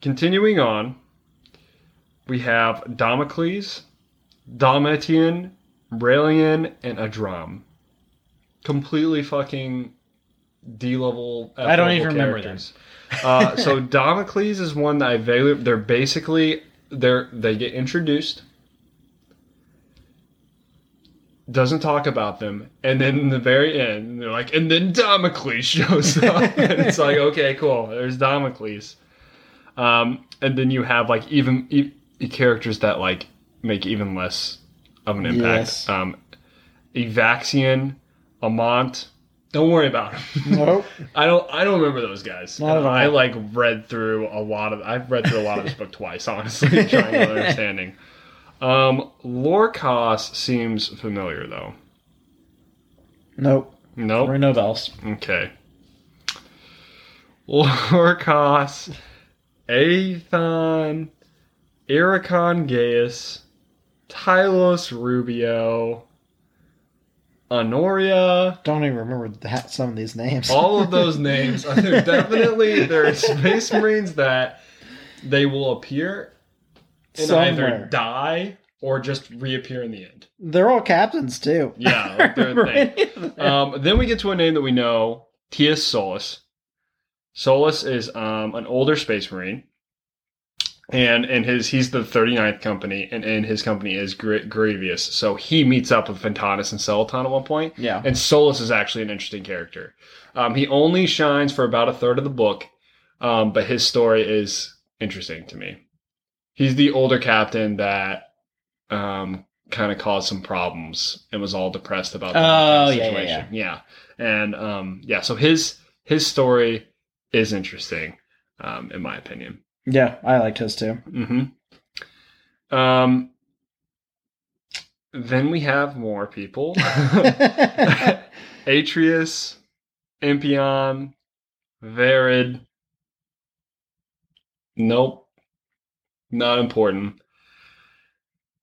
Speaker 2: continuing on, we have Damocles, Domitian, Raelian, and Adram. Completely fucking D level.
Speaker 1: I don't even remember
Speaker 2: uh, so Damocles is one that I vaguely. They're basically they're they get introduced. Doesn't talk about them, and then in the very end, they're like, and then Damocles shows up, and it's like, okay, cool. There's Damocles, um, and then you have like even e- e- characters that like make even less of an impact.
Speaker 1: Yes.
Speaker 2: Um, Evaxian, Amont. Don't worry about him.
Speaker 1: Nope.
Speaker 2: I don't. I don't remember those guys.
Speaker 1: Not at all.
Speaker 2: I like read through a lot of. I've read through a lot of this book twice, honestly, trying to understanding. Um, Lorcas seems familiar though.
Speaker 1: nope.
Speaker 2: Nope.
Speaker 1: Ring no bells.
Speaker 2: Okay. Lorcas, Aethon, Ericon Gaius, Tylos Rubio, Honoria.
Speaker 1: Don't even remember that, some of these names.
Speaker 2: all of those names are they're definitely there are space marines that they will appear and
Speaker 1: Somewhere.
Speaker 2: either die or just reappear in the end.
Speaker 1: They're all captains too.
Speaker 2: Yeah, like they're a
Speaker 1: Remember
Speaker 2: thing.
Speaker 1: any of that?
Speaker 2: Um, then we get to a name that we know, Tia Solis. Solis is um, an older space marine, and in his he's the 39th company, and in his company is Gr- Grievous. So he meets up with Fentanis and Celaton at one point,
Speaker 1: yeah.
Speaker 2: and Solus is actually an interesting character. Um, he only shines for about a third of the book, um, but his story is interesting to me. He's the older captain that um, kind of caused some problems and was all depressed about the
Speaker 1: Oh, yeah,
Speaker 2: whole
Speaker 1: yeah,
Speaker 2: situation. Yeah, and um, yeah, so his his story is interesting, um, in my opinion.
Speaker 1: Yeah, I liked his too.
Speaker 2: Mm-hmm. Um, then we have more people. Atreus, Impion, Varid. Nope. Not important.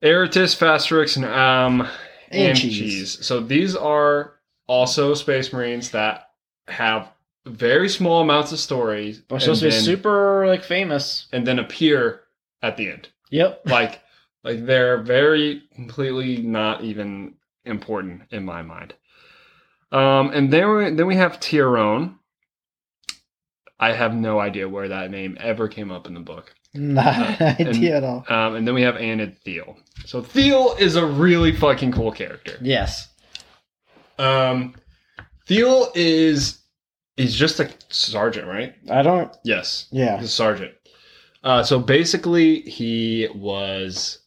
Speaker 2: Eratus, Fasterix, and um and cheese.
Speaker 1: cheese.
Speaker 2: So these are also space marines that have very small amounts of stories
Speaker 1: We're supposed to be
Speaker 2: then-
Speaker 1: super like famous.
Speaker 2: and then appear at the end.
Speaker 1: Yep.
Speaker 2: Like like they're very completely not even important in my mind. Um, and then we, then we have Tyrone. I have no idea where that name ever came up in the book.
Speaker 1: Not an idea at all.
Speaker 2: Um, and then we have Anna Thiel. So Thiel is a really fucking cool character.
Speaker 1: Yes.
Speaker 2: Um, Thiel is is just a sergeant, right?
Speaker 1: I don't
Speaker 2: Yes,
Speaker 1: yeah.
Speaker 2: he's a sergeant. Uh, so basically, he was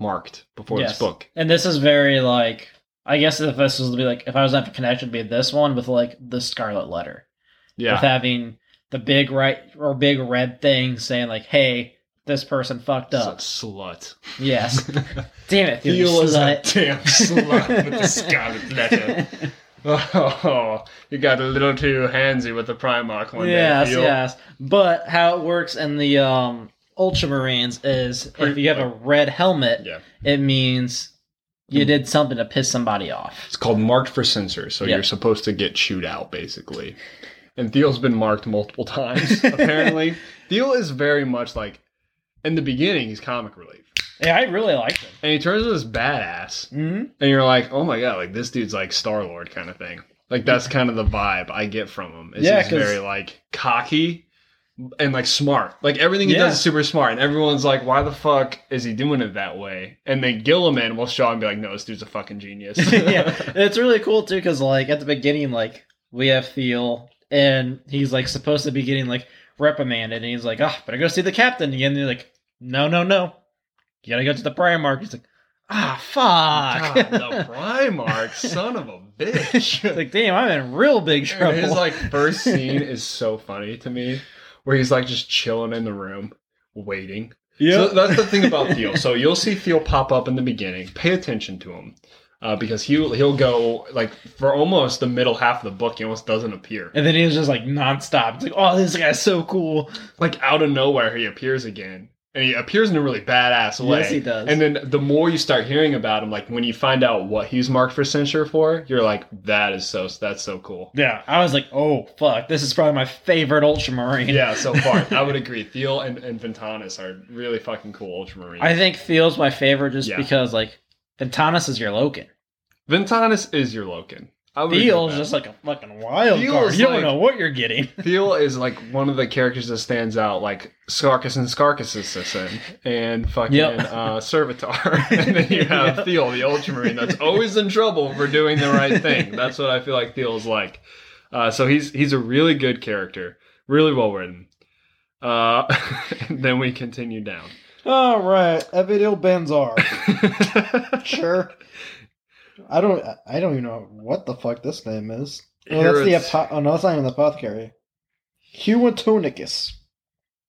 Speaker 2: marked before
Speaker 1: Yes.
Speaker 2: this book.
Speaker 1: And this is very like I guess if this was to be like if I was to have a connection it'd be this one with like the Scarlet Letter. with
Speaker 2: Yeah.
Speaker 1: having the big right or big red thing saying like, "Hey, this person fucked up."
Speaker 2: Slut.
Speaker 1: yes, damn it, you
Speaker 2: Feel as a
Speaker 1: slut.
Speaker 2: damn slut with the scarlet letter. Oh, you got a little too handsy with the Primarch one
Speaker 1: yes,
Speaker 2: day. Feel.
Speaker 1: yes. But how it works in the um, Ultramarines is if you have a red helmet,
Speaker 2: Yeah.
Speaker 1: it means you
Speaker 2: Mm.
Speaker 1: did something to piss somebody off.
Speaker 2: It's called marked for censor, so
Speaker 1: Yeah.
Speaker 2: you're supposed to get chewed out, basically. And Thiel's been marked multiple times, apparently. Thiel is very much like, in the beginning, he's comic relief.
Speaker 1: Yeah, I really liked it.
Speaker 2: And he turns into this badass,
Speaker 1: hmm
Speaker 2: and you're like, oh my god, like this dude's like Star Lord kind of thing. Like that's kind of the vibe I get from him. Is
Speaker 1: Yeah,
Speaker 2: he's
Speaker 1: 'cause-
Speaker 2: very like cocky and like smart. Like everything he
Speaker 1: Yeah.
Speaker 2: does is super smart, and everyone's like, why the fuck is he doing it that way? And then Gilliman will show him and be like, no, this dude's a fucking genius.
Speaker 1: yeah, it's really cool too because like at the beginning, like we have Thiel, and he's like supposed to be getting like reprimanded, and he's like, "Ah, better go see the captain again." And they're like, "No, no, no, you gotta go to the Primarch." He's like, "Ah,
Speaker 2: God,
Speaker 1: fuck!"
Speaker 2: the Primarch, son of a bitch.
Speaker 1: It's like, damn, I'm in real big
Speaker 2: And
Speaker 1: trouble.
Speaker 2: his like first scene is so funny to me, where he's like just chilling in the room, waiting. So that's the thing about Theo. So you'll see Theo pop up in the beginning. Pay attention to him, uh, because he he'll go like for almost the middle half of the book. He almost doesn't appear.
Speaker 1: and then he was just like nonstop. It's like, oh, this guy's so cool.
Speaker 2: Like out of nowhere, he appears again, and he appears in a really badass way.
Speaker 1: Yes, he does.
Speaker 2: And then the more you start hearing about him, like when you find out what he's marked for censure for, you're like, that is so that's so cool.
Speaker 1: yeah, I was like, oh fuck, this is probably my favorite Ultramarine.
Speaker 2: Yeah, so far I would agree. Thiel and, and Ventanis are really fucking cool Ultramarines.
Speaker 1: I think Thiel's my favorite just
Speaker 2: Yeah.
Speaker 1: because like Ventanas is your Logan.
Speaker 2: Ventanis is your Loken. I would agree with
Speaker 1: Theal's
Speaker 2: that.
Speaker 1: just like a fucking wild
Speaker 2: Theal's
Speaker 1: card. You
Speaker 2: like-
Speaker 1: don't know what you're getting.
Speaker 2: Thiel is like one of the characters that stands out, like Scarkus and Scarkus' assistant, and fucking
Speaker 1: Yep.
Speaker 2: uh, Servitar. and then you have
Speaker 1: Yep.
Speaker 2: Thiel, the Ultramarine, that's always in trouble for doing the right thing. That's what I feel like Thiel is like. Uh, so he's he's a really good character, really well written. Uh, then we continue down.
Speaker 1: All right, Evidil Benzar. sure. I don't. I don't even know what the fuck this name is. Oh, that's the
Speaker 2: Herod's-
Speaker 1: apo- oh no, that's not even the apothecary. Huatonicus.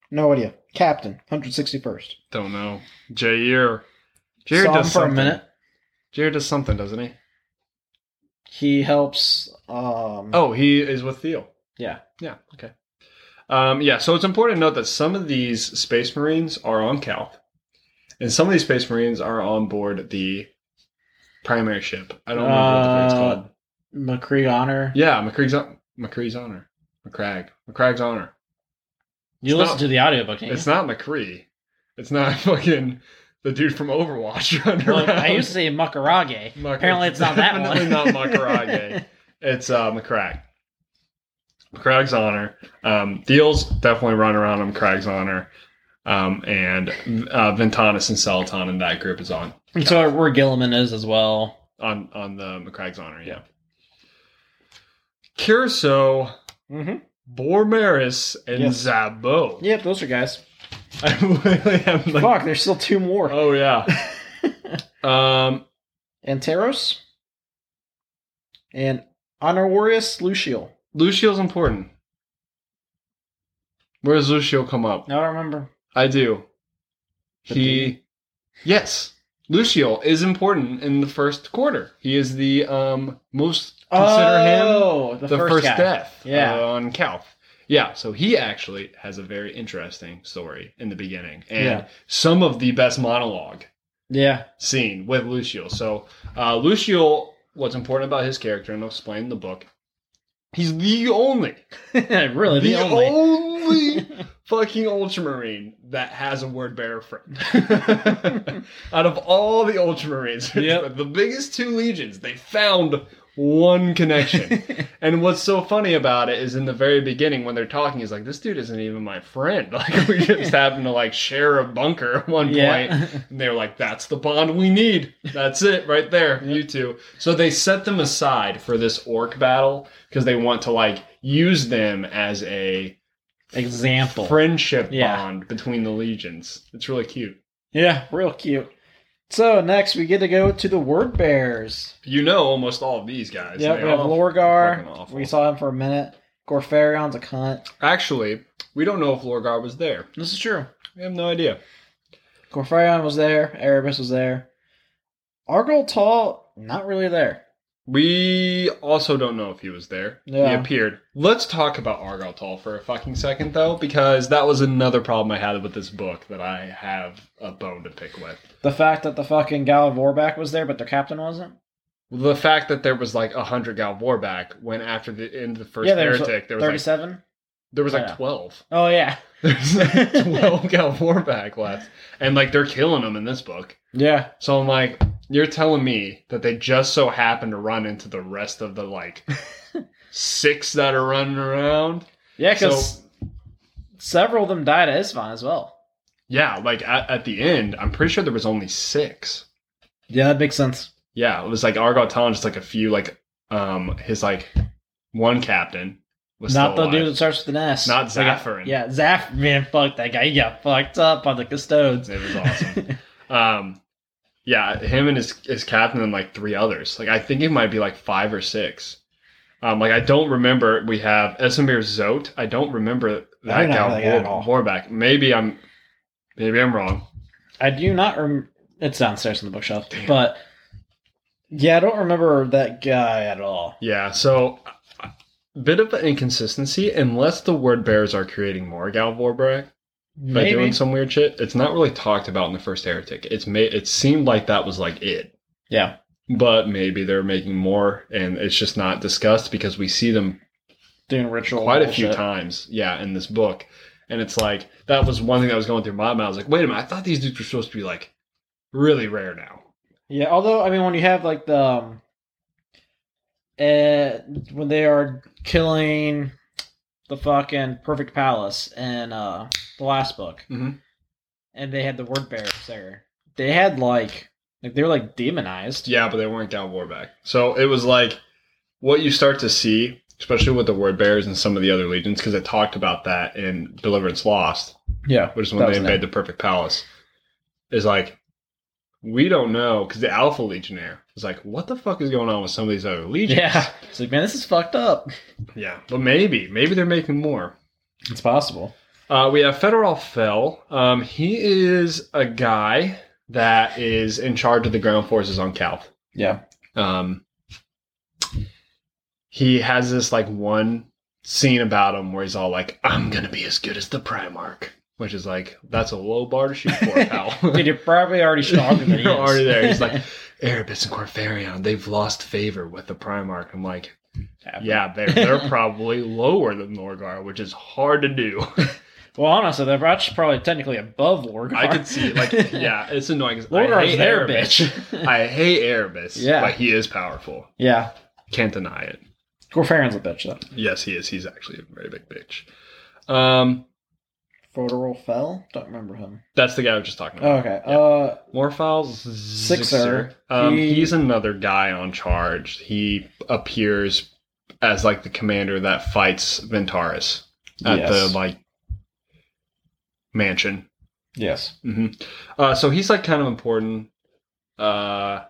Speaker 1: No idea. Captain, hundred sixty first.
Speaker 2: Don't know. Jair. Jair
Speaker 1: Saw him
Speaker 2: does
Speaker 1: for a
Speaker 2: something.
Speaker 1: minute.
Speaker 2: Jair does something, doesn't he?
Speaker 1: He helps. Um,
Speaker 2: Oh, he is with Theo.
Speaker 1: yeah.
Speaker 2: Yeah. Okay. Um, yeah. So it's important to note that some of these Space Marines are on Calp, and some of these Space Marines are on board the primary ship. I don't remember what the thing's
Speaker 1: Uh,
Speaker 2: called.
Speaker 1: McCree Honor.
Speaker 2: Yeah, McCree's on McCree's honor. McCrag. McCrag's honor.
Speaker 1: You
Speaker 2: It's
Speaker 1: listen
Speaker 2: not-
Speaker 1: to the audiobook, didn't you?
Speaker 2: It's not McCree. It's not fucking the dude from Overwatch running
Speaker 1: Well,
Speaker 2: around.
Speaker 1: I used to say Makarage.
Speaker 2: Muck-
Speaker 1: Apparently, it's not that
Speaker 2: definitely
Speaker 1: one.
Speaker 2: not Makarage. It's uh, McCrack. McCrack's honor. Um, Deals definitely run around on McCrack's honor. Um, and uh, Ventanus and Salaton in that group is on
Speaker 1: and so where Gilliman is as well.
Speaker 2: on on the McCrack's honor. Yeah. Curacao,
Speaker 1: Mm-hmm.
Speaker 2: Bormaris, and
Speaker 1: Yes.
Speaker 2: Zabo.
Speaker 1: Yep, those are guys.
Speaker 2: I literally am like,
Speaker 1: Fuck, there's still two more.
Speaker 2: oh yeah. um,
Speaker 1: Anteros and Honorarius Lucial.
Speaker 2: Lucio's important. Where does Lucio come up?
Speaker 1: I don't remember.
Speaker 2: I do.
Speaker 1: But do
Speaker 2: He, yes, Lucio is important in the first quarter. He is the um most consider him
Speaker 1: oh,
Speaker 2: the, first,
Speaker 1: guy.
Speaker 2: death
Speaker 1: Yeah.
Speaker 2: uh, on Calf. Yeah, so he actually has a very interesting story in the beginning and
Speaker 1: Yeah.
Speaker 2: some of the best monologue
Speaker 1: Yeah.
Speaker 2: scene with Lucio. So uh, Lucio, what's important about his character, and I'll explain in the book, he's the only,
Speaker 1: really, the,
Speaker 2: the
Speaker 1: only.
Speaker 2: only fucking Ultramarine that has a word bearer friend. Out of all the Ultramarines,
Speaker 1: Yep.
Speaker 2: the biggest two legions, they found one connection. and what's so funny about it is in the very beginning when they're talking, he's like, "This dude isn't even my friend. Like we just happen to like share a bunker at one point."
Speaker 1: yeah.
Speaker 2: And they were like, that's the bond we need. That's it right there, you two. So they set them aside for this orc battle because they want to like use them as a
Speaker 1: Example.
Speaker 2: friendship
Speaker 1: Yeah.
Speaker 2: bond between the legions. It's really cute.
Speaker 1: yeah, real cute. So next we get to go to the word bearers.
Speaker 2: You know almost all of these guys.
Speaker 1: Yep,
Speaker 2: They
Speaker 1: we have
Speaker 2: all- fucking
Speaker 1: Lorgar.
Speaker 2: awful.
Speaker 1: We saw him for a minute. Gorfarion's a cunt.
Speaker 2: Actually, we don't know if Lorgar was there.
Speaker 1: This is true.
Speaker 2: We have no idea.
Speaker 1: Gorfarion was there. Erebus was there. Argyle Tall, not really there.
Speaker 2: We also don't know if he was there. He
Speaker 1: Yeah.
Speaker 2: appeared. Let's talk about Argyle Tall for a fucking second, though, because that was another problem I had with this book that I have a bone to pick with.
Speaker 1: The fact that the fucking Gal of Warback was there, but their captain wasn't.
Speaker 2: The fact that there was like a hundred Gal back when after the end of the first
Speaker 1: yeah, there
Speaker 2: heretic,
Speaker 1: was
Speaker 2: there was like
Speaker 1: thirty-seven.
Speaker 2: there was like
Speaker 1: yeah.
Speaker 2: twelve.
Speaker 1: oh yeah,
Speaker 2: There's like twelve Gal back left, and like they're killing them in this book.
Speaker 1: yeah.
Speaker 2: So I'm like, you're telling me that they just so happen to run into the rest of the like six that are running around?
Speaker 1: Yeah, because several of them died at Isvan as well.
Speaker 2: Yeah, like at, at the end, I'm pretty sure there was only six.
Speaker 1: Yeah, that makes sense.
Speaker 2: Yeah, it was like Argot Talon, just like a few, like um, his like one captain was
Speaker 1: Not the
Speaker 2: still
Speaker 1: dude
Speaker 2: alive.
Speaker 1: that starts with an S.
Speaker 2: Not
Speaker 1: They got-
Speaker 2: Zaffarin.
Speaker 1: Yeah, Zaff. Man, fuck that guy. He got fucked up on the custodes.
Speaker 2: It was awesome. um, yeah, him and his his captain and like three others. Like I think it might be like five or six. Um, like I don't remember. We have Esmir Zote. I don't remember that
Speaker 1: don't know
Speaker 2: guy
Speaker 1: that guy at all.
Speaker 2: Horback. Maybe I'm, maybe I'm wrong.
Speaker 1: I do not rem. It's downstairs in the bookshelf, but yeah, I don't remember that guy at all.
Speaker 2: Yeah, so uh, bit of an inconsistency unless the word bears are creating more Galvorbrack by
Speaker 1: Maybe.
Speaker 2: doing some weird shit. It's not really talked about in the first heretic. It's made it seemed like that was like it.
Speaker 1: yeah.
Speaker 2: But maybe they're making more and it's just not discussed because we see them
Speaker 1: Doing ritual.
Speaker 2: quite a few
Speaker 1: bullshit.
Speaker 2: times, yeah, in this book. And it's like that was one thing that was going through my mind. I was like, wait a minute, I thought these dudes were supposed to be like really rare now.
Speaker 1: Yeah, although I mean, when you have like the um, uh, when they are killing the fucking perfect palace in uh the last book,
Speaker 2: Mhm.
Speaker 1: and they had the word bearers there, they had like like they were like demonized.
Speaker 2: Yeah, but they weren't down Warback. So it was like what you start to see, especially with the Word Bearers and some of the other legions, because I talked about that in Deliverance Lost,
Speaker 1: Yeah,
Speaker 2: which is
Speaker 1: That
Speaker 2: when
Speaker 1: was
Speaker 2: they invade
Speaker 1: it.
Speaker 2: the Perfect Palace, is like we don't know because the Alpha Legionnaire is like, what the fuck is going on with some of these other legions?
Speaker 1: yeah. It's like man, this is fucked up.
Speaker 2: yeah. But maybe, maybe they're making more.
Speaker 1: It's possible.
Speaker 2: Uh, we have Federal Fell. Um, he is a guy that is in charge of the ground forces on Calv.
Speaker 1: Yeah,
Speaker 2: um he has this like one scene about him where he's all like i'm gonna be as good as the primarch which is like that's a low bar to shoot for pal
Speaker 1: dude, you're probably already stronger than he
Speaker 2: You're
Speaker 1: is.
Speaker 2: already there. He's like, erebus and corfarion they've lost favor with the primarch i'm like yeah they're, they're probably lower than lorgar which is hard to do
Speaker 1: Well, honestly, the Rotch is probably technically above Lorgar.
Speaker 2: I could see, like, yeah, it's annoying. 'cause I
Speaker 1: Lorgar's
Speaker 2: hate
Speaker 1: their
Speaker 2: Erebus.
Speaker 1: bitch.
Speaker 2: I hate Erebus.
Speaker 1: Yeah.
Speaker 2: But he is powerful.
Speaker 1: yeah.
Speaker 2: Can't deny it.
Speaker 1: Gorfarin's a bitch, though.
Speaker 2: Yes, he is. He's actually a very big bitch. Um,
Speaker 1: Fodorol fell? Don't remember him.
Speaker 2: that's the guy I was just talking
Speaker 1: Oh,
Speaker 2: about.
Speaker 1: okay.
Speaker 2: Yeah.
Speaker 1: Uh,
Speaker 2: Morphiles
Speaker 1: Sixer.
Speaker 2: Um,
Speaker 1: He-
Speaker 2: He's another guy on charge. He appears as like the commander that fights Ventaris at
Speaker 1: Yes.
Speaker 2: the like mansion.
Speaker 1: yes.
Speaker 2: hmm Uh, so he's like kind of important. Uh,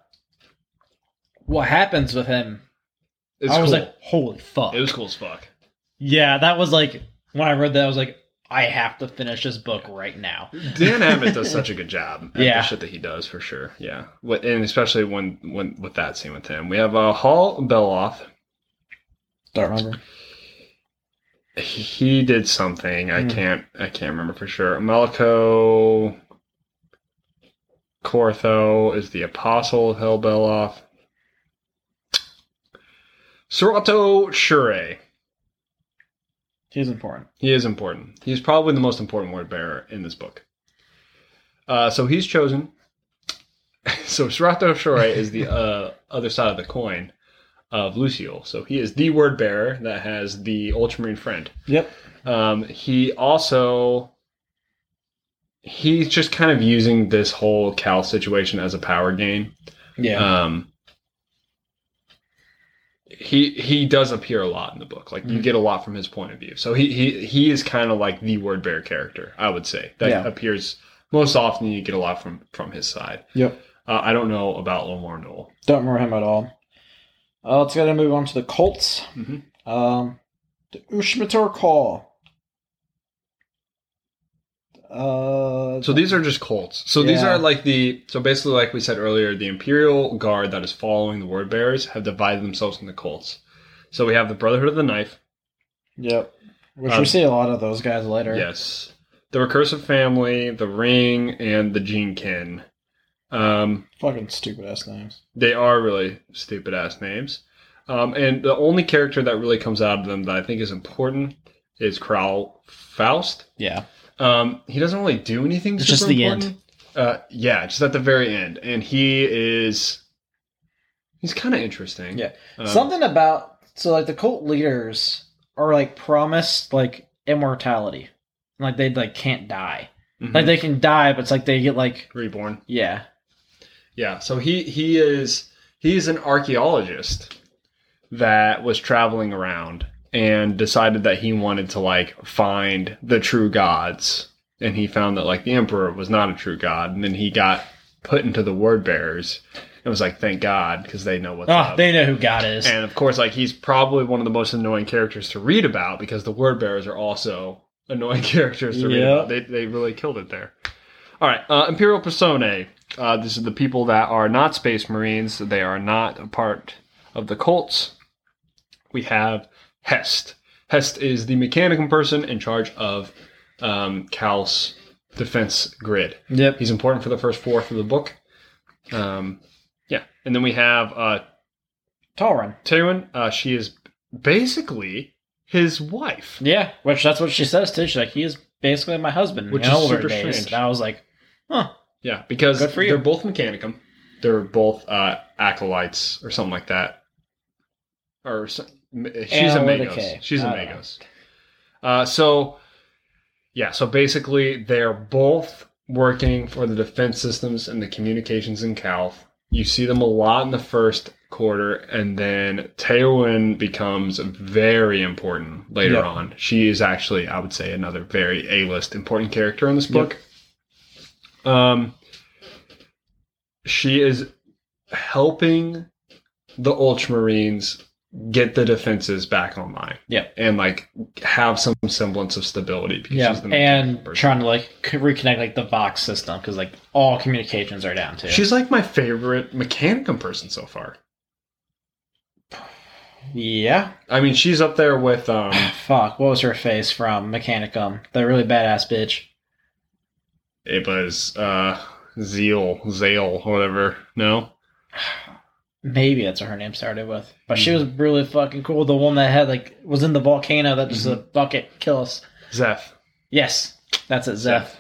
Speaker 1: What happens with him?
Speaker 2: it's
Speaker 1: I was
Speaker 2: cool.
Speaker 1: like, holy fuck.
Speaker 2: it was cool as fuck.
Speaker 1: yeah, that was like, when I read that, I was like, I have to finish this book right now.
Speaker 2: Dan Abbott does such a good job. At
Speaker 1: Yeah.
Speaker 2: the shit that he does for sure. Yeah, Wh- and especially when when with that scene with him, we have uh, Hall Beloff.
Speaker 1: Don't remember.
Speaker 2: He did something. I
Speaker 1: Hmm.
Speaker 2: can't. I can't remember for sure. Malco Cortho is the apostle of Hell Beloff. Sorato Shure.
Speaker 1: He's important.
Speaker 2: He is important. He's probably the most important word bearer in this book. Uh, so he's chosen. So Serato Shore is the uh, other side of the coin of Luciol. So he is the word bearer that has the ultramarine friend.
Speaker 1: Yep.
Speaker 2: Um, he also he's just kind of using this whole Cal situation as a power game.
Speaker 1: Yeah.
Speaker 2: Um, he he does appear a lot in the book. Like you
Speaker 1: Mhm.
Speaker 2: get a lot from his point of view. So he he he is kind of like the word bear character, I would say. That
Speaker 1: Yeah.
Speaker 2: appears most often. You get a lot from from his side.
Speaker 1: Yep.
Speaker 2: Uh, I don't know about Lamar Noel.
Speaker 1: Don't remember him at all. Uh, let's go ahead and move on to the Colts.
Speaker 2: Mhm.
Speaker 1: Um, the Ushmator Call. Uh,
Speaker 2: So these are just cults. So these
Speaker 1: Yeah.
Speaker 2: are like the so basically like we said earlier, the imperial guard that is following the word bearers have divided themselves into cults. So we have the Brotherhood of the Knife,
Speaker 1: Yep. Which
Speaker 2: Um,
Speaker 1: we see a lot of those guys later.
Speaker 2: Yes. The recursive family, the ring, and the gene kin. Um,
Speaker 1: Fucking stupid ass names.
Speaker 2: they are really stupid ass names. Um, and the only character that really comes out of them that I think is important is Crowl Faust.
Speaker 1: Yeah.
Speaker 2: Um, he doesn't really do anything.
Speaker 1: It's
Speaker 2: super
Speaker 1: just the
Speaker 2: important. Uh, yeah, just at the very end, and he is. He's kind of interesting.
Speaker 1: Yeah.
Speaker 2: Um,
Speaker 1: Something about so like the cult leaders are like promised like immortality, like they like can't die.
Speaker 2: mhm.
Speaker 1: Like they can die, but it's like they get like
Speaker 2: reborn.
Speaker 1: yeah.
Speaker 2: Yeah, so he he is he's an archaeologist that was traveling around and decided that he wanted to like find the true gods and he found that like the emperor was not a true god and then he got put into the word bearers and was like thank god because they know what's
Speaker 1: Oh,
Speaker 2: up
Speaker 1: they know who God is.
Speaker 2: and of course like he's probably one of the most annoying characters to read about because the word bearers are also annoying characters to read
Speaker 1: Yeah.
Speaker 2: about they, they really killed it there all right uh, imperial personae uh, this is the people that are not space marines they are not a part of the cults we have hest hest is the mechanic person in charge of um, cal's defense grid
Speaker 1: yep.
Speaker 2: He's important for the first fourth of the book. Um, yeah, and then we have uh,
Speaker 1: Tauren.
Speaker 2: Taryn, uh, she is basically his wife.
Speaker 1: Yeah, which that's what she says too. She's like, he is basically my husband.
Speaker 2: Which
Speaker 1: in
Speaker 2: is
Speaker 1: older
Speaker 2: super
Speaker 1: days.
Speaker 2: strange.
Speaker 1: And I was like, huh.
Speaker 2: Yeah, because
Speaker 1: Good for you.
Speaker 2: they're both Mechanicum. They're both uh, acolytes or something like that. Or s- m- she's a Magos.
Speaker 1: Analyticae.
Speaker 2: She's a
Speaker 1: I don't know.
Speaker 2: Magos. Uh, so, yeah, so basically they're both working for the defense systems and the communications in Calf. You see them a lot in the first quarter, and then Taewin becomes very important later
Speaker 1: Yep.
Speaker 2: on. She is actually, I would say, another very A-list important character in this book. Um, she is helping the Ultramarines get the defenses back online.
Speaker 1: Yep.
Speaker 2: And like have some semblance of stability because
Speaker 1: Yeah,
Speaker 2: she's the
Speaker 1: and
Speaker 2: person.
Speaker 1: trying to like c- reconnect like the Vox system because like all communications are down too.
Speaker 2: She's like my favorite Mechanicum person so far.
Speaker 1: yeah.
Speaker 2: I mean, she's up there with um
Speaker 1: Fuck. What was her face from Mechanicum? The really badass bitch.
Speaker 2: it was uh Zeal, Zale, whatever. No?
Speaker 1: Maybe that's what her name started with. But she was really fucking Mm-hmm. cool. The one that had like was in the volcano that just a bucket kill us.
Speaker 2: Zeph.
Speaker 1: Yes. That's at Zeph.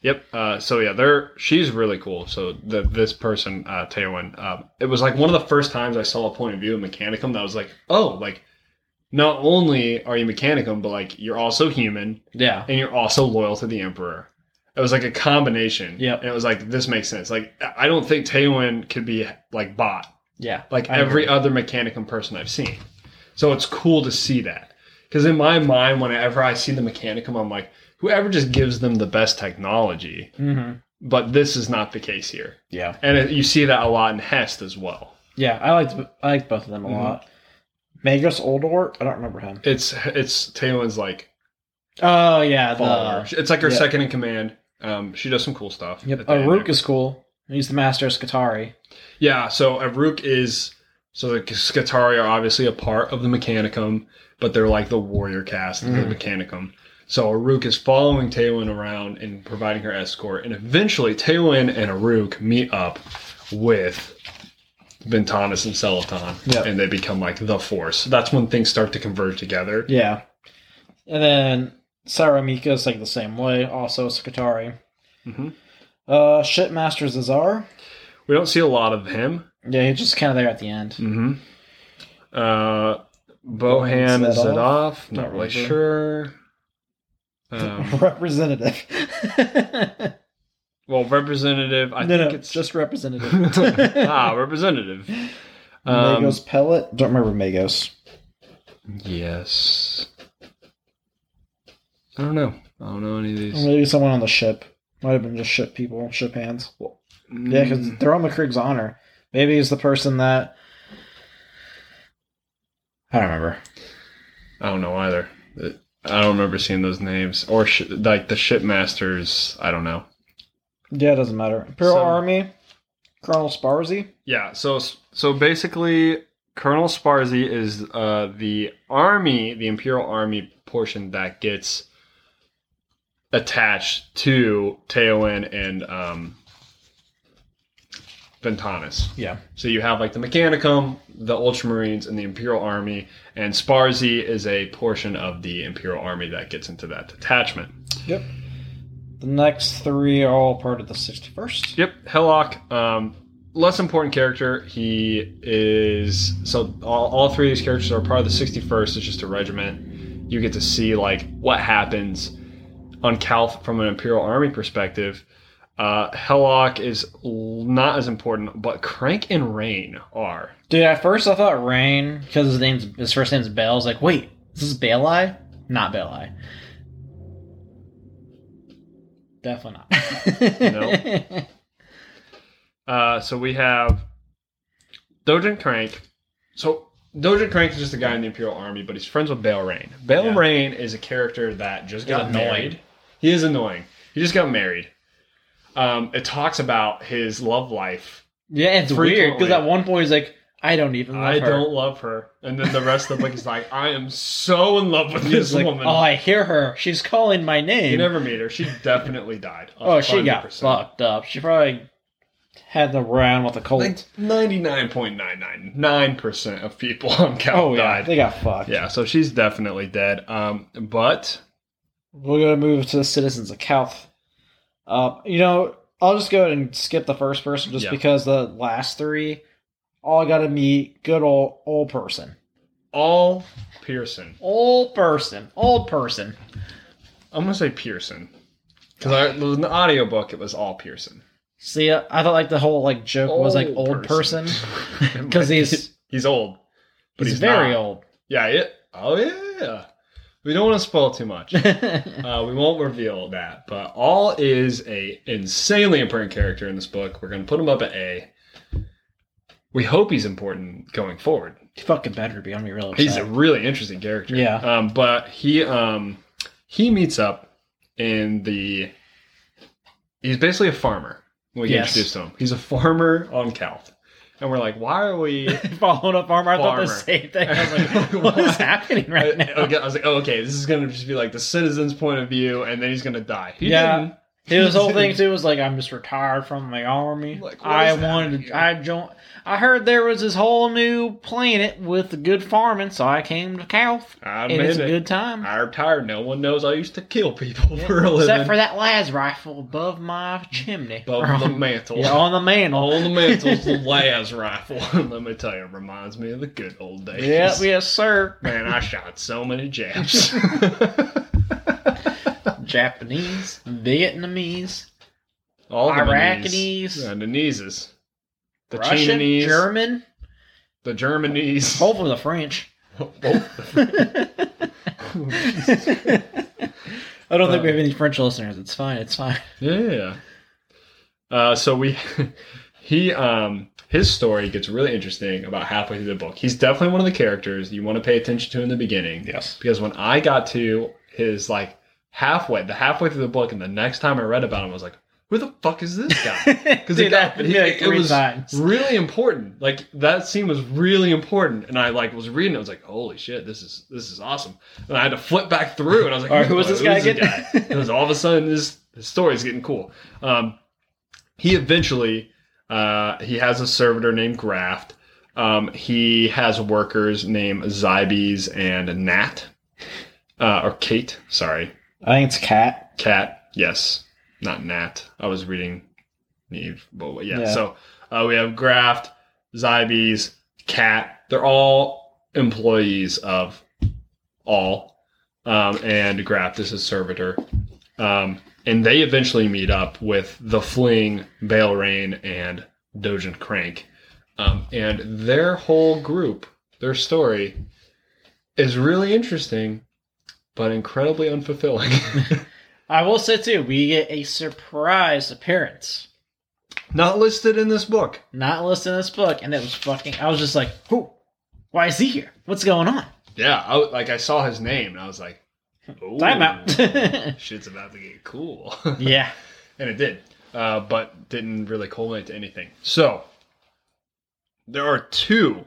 Speaker 2: Yep. Uh, so yeah, they're she's really cool. So the, this person, uh, Taewon, um, it was like one of the first times I saw a point of view in Mechanicum that was like, oh, like not only are you Mechanicum, but like you're also human
Speaker 1: Yeah.
Speaker 2: and you're also loyal to the Emperor. It was like a combination.
Speaker 1: Yep.
Speaker 2: And it was like this makes sense. Like I don't think Taewon could be like bought
Speaker 1: Yeah.
Speaker 2: like
Speaker 1: I
Speaker 2: every
Speaker 1: agree.
Speaker 2: other Mechanicum person I've seen. So it's cool to see that. Because in my mind, whenever I see the Mechanicum, I'm like, whoever just gives them the best technology.
Speaker 1: Mm-hmm.
Speaker 2: But this is not the case here.
Speaker 1: Yeah.
Speaker 2: And it, you see that a lot in Hest as well.
Speaker 1: Yeah. I liked I liked both of them a
Speaker 2: Mhm.
Speaker 1: lot. Magus Oldor. I don't remember him.
Speaker 2: It's it's Taywin's like
Speaker 1: Oh yeah.
Speaker 2: follower.
Speaker 1: The,
Speaker 2: it's like her
Speaker 1: yeah.
Speaker 2: second in command. Um, she does some cool stuff.
Speaker 1: yep. Uh,
Speaker 2: at the end
Speaker 1: Aruk
Speaker 2: there.
Speaker 1: is cool. He's the master of Skatari.
Speaker 2: Yeah, so Aruk is so the Skatari are obviously a part of the Mechanicum, but they're like the warrior caste of
Speaker 1: Mm.
Speaker 2: the Mechanicum. So Aruk is following Taewin around and providing her escort, and eventually Taewin and Aruk meet up with Ventanus and Celaton,
Speaker 1: Yeah.
Speaker 2: and they become like the Force. That's when things start to converge together.
Speaker 1: Yeah. And then Saramika is like the same way. Also Skatari. Mm-hmm.
Speaker 2: hmm
Speaker 1: Uh, Shipmaster Zazar.
Speaker 2: We don't see a lot of him.
Speaker 1: Yeah, he's just kind of there at the end.
Speaker 2: Mm-hmm. Uh, Bohan
Speaker 1: Zedoff?
Speaker 2: Zedoff,
Speaker 1: Don't
Speaker 2: not really
Speaker 1: remember.
Speaker 2: sure. Um,
Speaker 1: Representative.
Speaker 2: Well, representative. I
Speaker 1: no,
Speaker 2: think
Speaker 1: no,
Speaker 2: it's
Speaker 1: just representative.
Speaker 2: ah representative. Um,
Speaker 1: Magos pellet. Don't remember Magos.
Speaker 2: yes. I don't know. I don't know any of these.
Speaker 1: Maybe someone on the ship. Might have been just ship people, ship hands. Yeah, because
Speaker 2: Mm,
Speaker 1: they're on the Krieg's honor. Maybe he's the person that. I don't remember.
Speaker 2: I don't know either. I don't remember seeing those names or sh- like the shipmasters. I don't know.
Speaker 1: Yeah, it doesn't matter. Imperial
Speaker 2: So-
Speaker 1: Army, Colonel Sparzy.
Speaker 2: Yeah. So so basically, Colonel Sparzy is uh, the army, the Imperial Army portion that gets attached to Taoin and um, Ventanus.
Speaker 1: Yeah.
Speaker 2: So you have like the Mechanicum, the Ultramarines, and the Imperial Army, and Sparzy is a portion of the Imperial Army that gets into that detachment.
Speaker 1: Yep. The next three are all part of the 61st.
Speaker 2: Yep, Hellock. Um, less important character. He is so all, all three of these characters are part of the 61st. It's just a regiment. You get to see like what happens on Calth from an Imperial Army perspective. Uh, Hellock is l- not as important, but Crank and Rain are.
Speaker 1: Dude, at first I thought Rain, because his name's his first name's Bale. I was like, wait, this is Balei? Not Balei. Definitely not. No.
Speaker 2: Uh, so we have Dojin Crank. So Dojin Crank is just a guy in the Imperial Army, but he's friends with Bale Rain. Bale
Speaker 1: Yeah.
Speaker 2: Rain is a character that just got
Speaker 1: annoying.
Speaker 2: married. He is annoying. He just got married. Um, it talks about his love life.
Speaker 1: Yeah, it's weird because
Speaker 2: Frequently.
Speaker 1: at one point he's like, "I don't even love
Speaker 2: I
Speaker 1: her."
Speaker 2: don't love her, and then the rest of the book is like, I am so in love with
Speaker 1: He's
Speaker 2: this
Speaker 1: like,
Speaker 2: woman.
Speaker 1: "Oh, I hear her. She's calling my
Speaker 2: you
Speaker 1: name."
Speaker 2: never meet her. She definitely died.
Speaker 1: oh, she got
Speaker 2: 100%.
Speaker 1: fucked up. She probably had the round with a cult.
Speaker 2: Like ninety nine point nine nine nine percent of people on Cal
Speaker 1: oh yeah,
Speaker 2: died.
Speaker 1: they got fucked.
Speaker 2: Yeah, so she's definitely dead. Um, but
Speaker 1: We're gonna move to the citizens of Kalth. Uh, you know, I'll just go ahead and skip the first person just
Speaker 2: Yeah.
Speaker 1: because the last three all got to meet good old old person,
Speaker 2: all Pearson.
Speaker 1: old person, old person.
Speaker 2: I'm gonna say Pearson because in the audiobook it was all Pearson.
Speaker 1: See, I I thought like the whole like joke was like old person because he's
Speaker 2: he's old, but
Speaker 1: he's,
Speaker 2: he's,
Speaker 1: very
Speaker 2: not.
Speaker 1: old.
Speaker 2: Yeah. It, oh yeah. We don't want to spoil too much. Uh, we won't reveal that, but All is a insanely important character in this book. We're gonna put him up at A. We hope he's important going forward.
Speaker 1: He fucking better be. I'm gonna be real upset.
Speaker 2: He's a really interesting character.
Speaker 1: Yeah.
Speaker 2: Um, but he um he meets up in the he's basically a farmer. When we get
Speaker 1: Yes.
Speaker 2: introduced to him. He's a farmer on Calth. And we're like, why are we
Speaker 1: following up farmer. I thought the
Speaker 2: Farmer.
Speaker 1: same thing. I was like, what is happening
Speaker 2: I,
Speaker 1: right now?
Speaker 2: I was like, oh, okay, this is gonna just be like the citizen's point of view, and then he's gonna die. He
Speaker 1: Yeah.
Speaker 2: didn't.
Speaker 1: His whole thing too was like, I'm just retired from the army.
Speaker 2: Like, what
Speaker 1: I
Speaker 2: is
Speaker 1: wanted
Speaker 2: happening
Speaker 1: to, I joined. I heard there was this whole new planet with good farming, so I came to Calf,
Speaker 2: I
Speaker 1: and it's
Speaker 2: admit
Speaker 1: a
Speaker 2: it.
Speaker 1: good time.
Speaker 2: I retired. No one knows I used to kill people for a living.
Speaker 1: Except for that las rifle above my chimney,
Speaker 2: above the mantle.
Speaker 1: yeah, on the mantle.
Speaker 2: On the mantle's the las rifle. Let me tell you, it reminds me of the good old days.
Speaker 1: Yep, yes, sir.
Speaker 2: Man, I shot so many Japs.
Speaker 1: Japanese, Vietnamese,
Speaker 2: All the
Speaker 1: Iraqis.
Speaker 2: Manese. Yeah, the Neeses. The
Speaker 1: Russian,
Speaker 2: Chinese.
Speaker 1: German, Oh.
Speaker 2: the Germanese. Oh,
Speaker 1: hopefully the French. I don't think we have any French listeners. It's fine. It's fine.
Speaker 2: Yeah. Uh, so we, he, um, his story gets really interesting about halfway through the book. He's definitely one of the characters you want to pay attention to in the beginning.
Speaker 1: Yes.
Speaker 2: Because when I got to his like halfway, the halfway through the book, and the next time I read about him, I was like, who the fuck is this guy?
Speaker 1: Because
Speaker 2: it got- he- it
Speaker 1: three
Speaker 2: was-
Speaker 1: times.
Speaker 2: really important. Like that scene was really important, and I like was reading. it. I was like, holy shit, this is this is awesome. And I had to flip back through, and I was like,
Speaker 1: All right, who was this guy
Speaker 2: is
Speaker 1: again?
Speaker 2: guy? and it was all of a sudden this, this story is getting cool. Um, he eventually uh, he has a servitor named Graft. Um, he has workers named Zybes and Nat, uh, or Kate. Sorry,
Speaker 1: I think it's cat.
Speaker 2: Cat, yes, not Nat. I was reading Neve, but yeah.
Speaker 1: Yeah.
Speaker 2: So uh, we have Graft, Zybes, Cat. They're all employees of all, um, and Graft is his servitor. Um, and they eventually meet up with the fleeing Bale Rain and Dojin Crank, um, and their whole group, their story, is really interesting, but incredibly unfulfilling.
Speaker 1: I will say too, we get a surprise appearance,
Speaker 2: Not listed in this book.
Speaker 1: not listed in this book, and it was fucking. I was just like, who? Why is he here? What's going on?
Speaker 2: Yeah, I, w- like I saw his name and I was like, "Ooh,
Speaker 1: Time out.
Speaker 2: shit's about to get cool,"
Speaker 1: yeah.
Speaker 2: and it did, uh, but didn't really culminate to anything. So there are two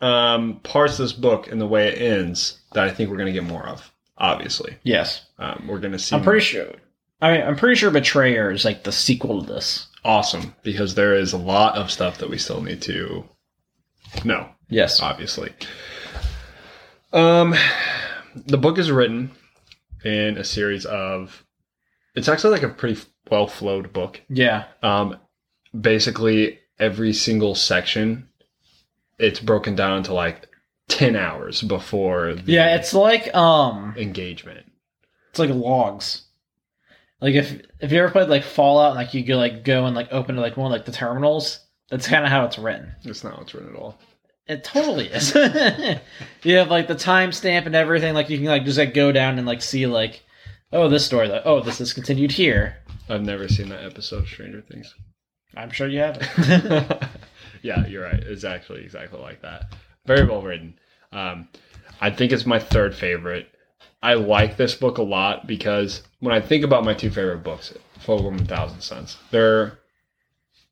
Speaker 2: um, parts of this book and the way it ends that I think we're going to get more of. Obviously,
Speaker 1: Yes.
Speaker 2: um, we're going to see.
Speaker 1: I'm pretty sure. I mean, I'm pretty sure Betrayer is like the sequel to this.
Speaker 2: awesome because there is a lot of stuff that we still need to know.
Speaker 1: Yes.
Speaker 2: obviously. Um, the book is written in a series of. It's actually like a pretty well flowed book.
Speaker 1: Yeah.
Speaker 2: Um, basically, every single section, it's broken down into like ten hours before the
Speaker 1: Yeah. It's like um.
Speaker 2: engagement.
Speaker 1: It's like logs. Like if if you ever played like Fallout, like you go like go and like open to like one of like the terminals. That's kind of how it's written.
Speaker 2: It's not what's written at all.
Speaker 1: It totally is. you have like the timestamp and everything. Like you can like just like go down and like see like, oh this story like oh this is continued here.
Speaker 2: I've never seen that episode of Stranger Things.
Speaker 1: I'm sure you have it.
Speaker 2: yeah, you're right. It's actually exactly like that. Very well written. Um, I think it's my third favorite. I like this book a lot because when I think about my two favorite books, Fogel and Thousand Sons, they're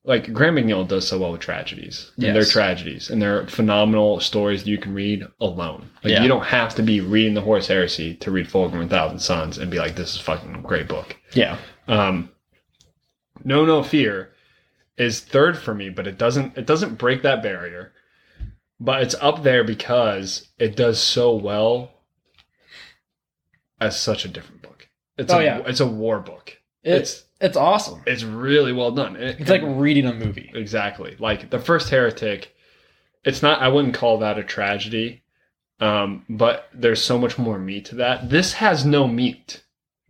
Speaker 2: like Graham McNeil does so well with tragedies. And they're
Speaker 1: Yes.
Speaker 2: tragedies and they're phenomenal stories that you can read alone. Like
Speaker 1: Yeah.
Speaker 2: you don't have to be reading The Horse Heresy to read Fulgrim and Thousand Sons and be like, this is fucking a great book.
Speaker 1: yeah.
Speaker 2: Um, no, no fear is third for me, but it doesn't it doesn't break that barrier. But it's up there because it does so well as such a different book. It's
Speaker 1: Oh,
Speaker 2: a,
Speaker 1: yeah.
Speaker 2: it's a war book.
Speaker 1: It's
Speaker 2: it's
Speaker 1: it's awesome.
Speaker 2: it's really well done. It-
Speaker 1: It's like reading a movie.
Speaker 2: exactly like the first heretic. It's not. I wouldn't call that a tragedy, um, but there's so much more meat to that. This has no meat.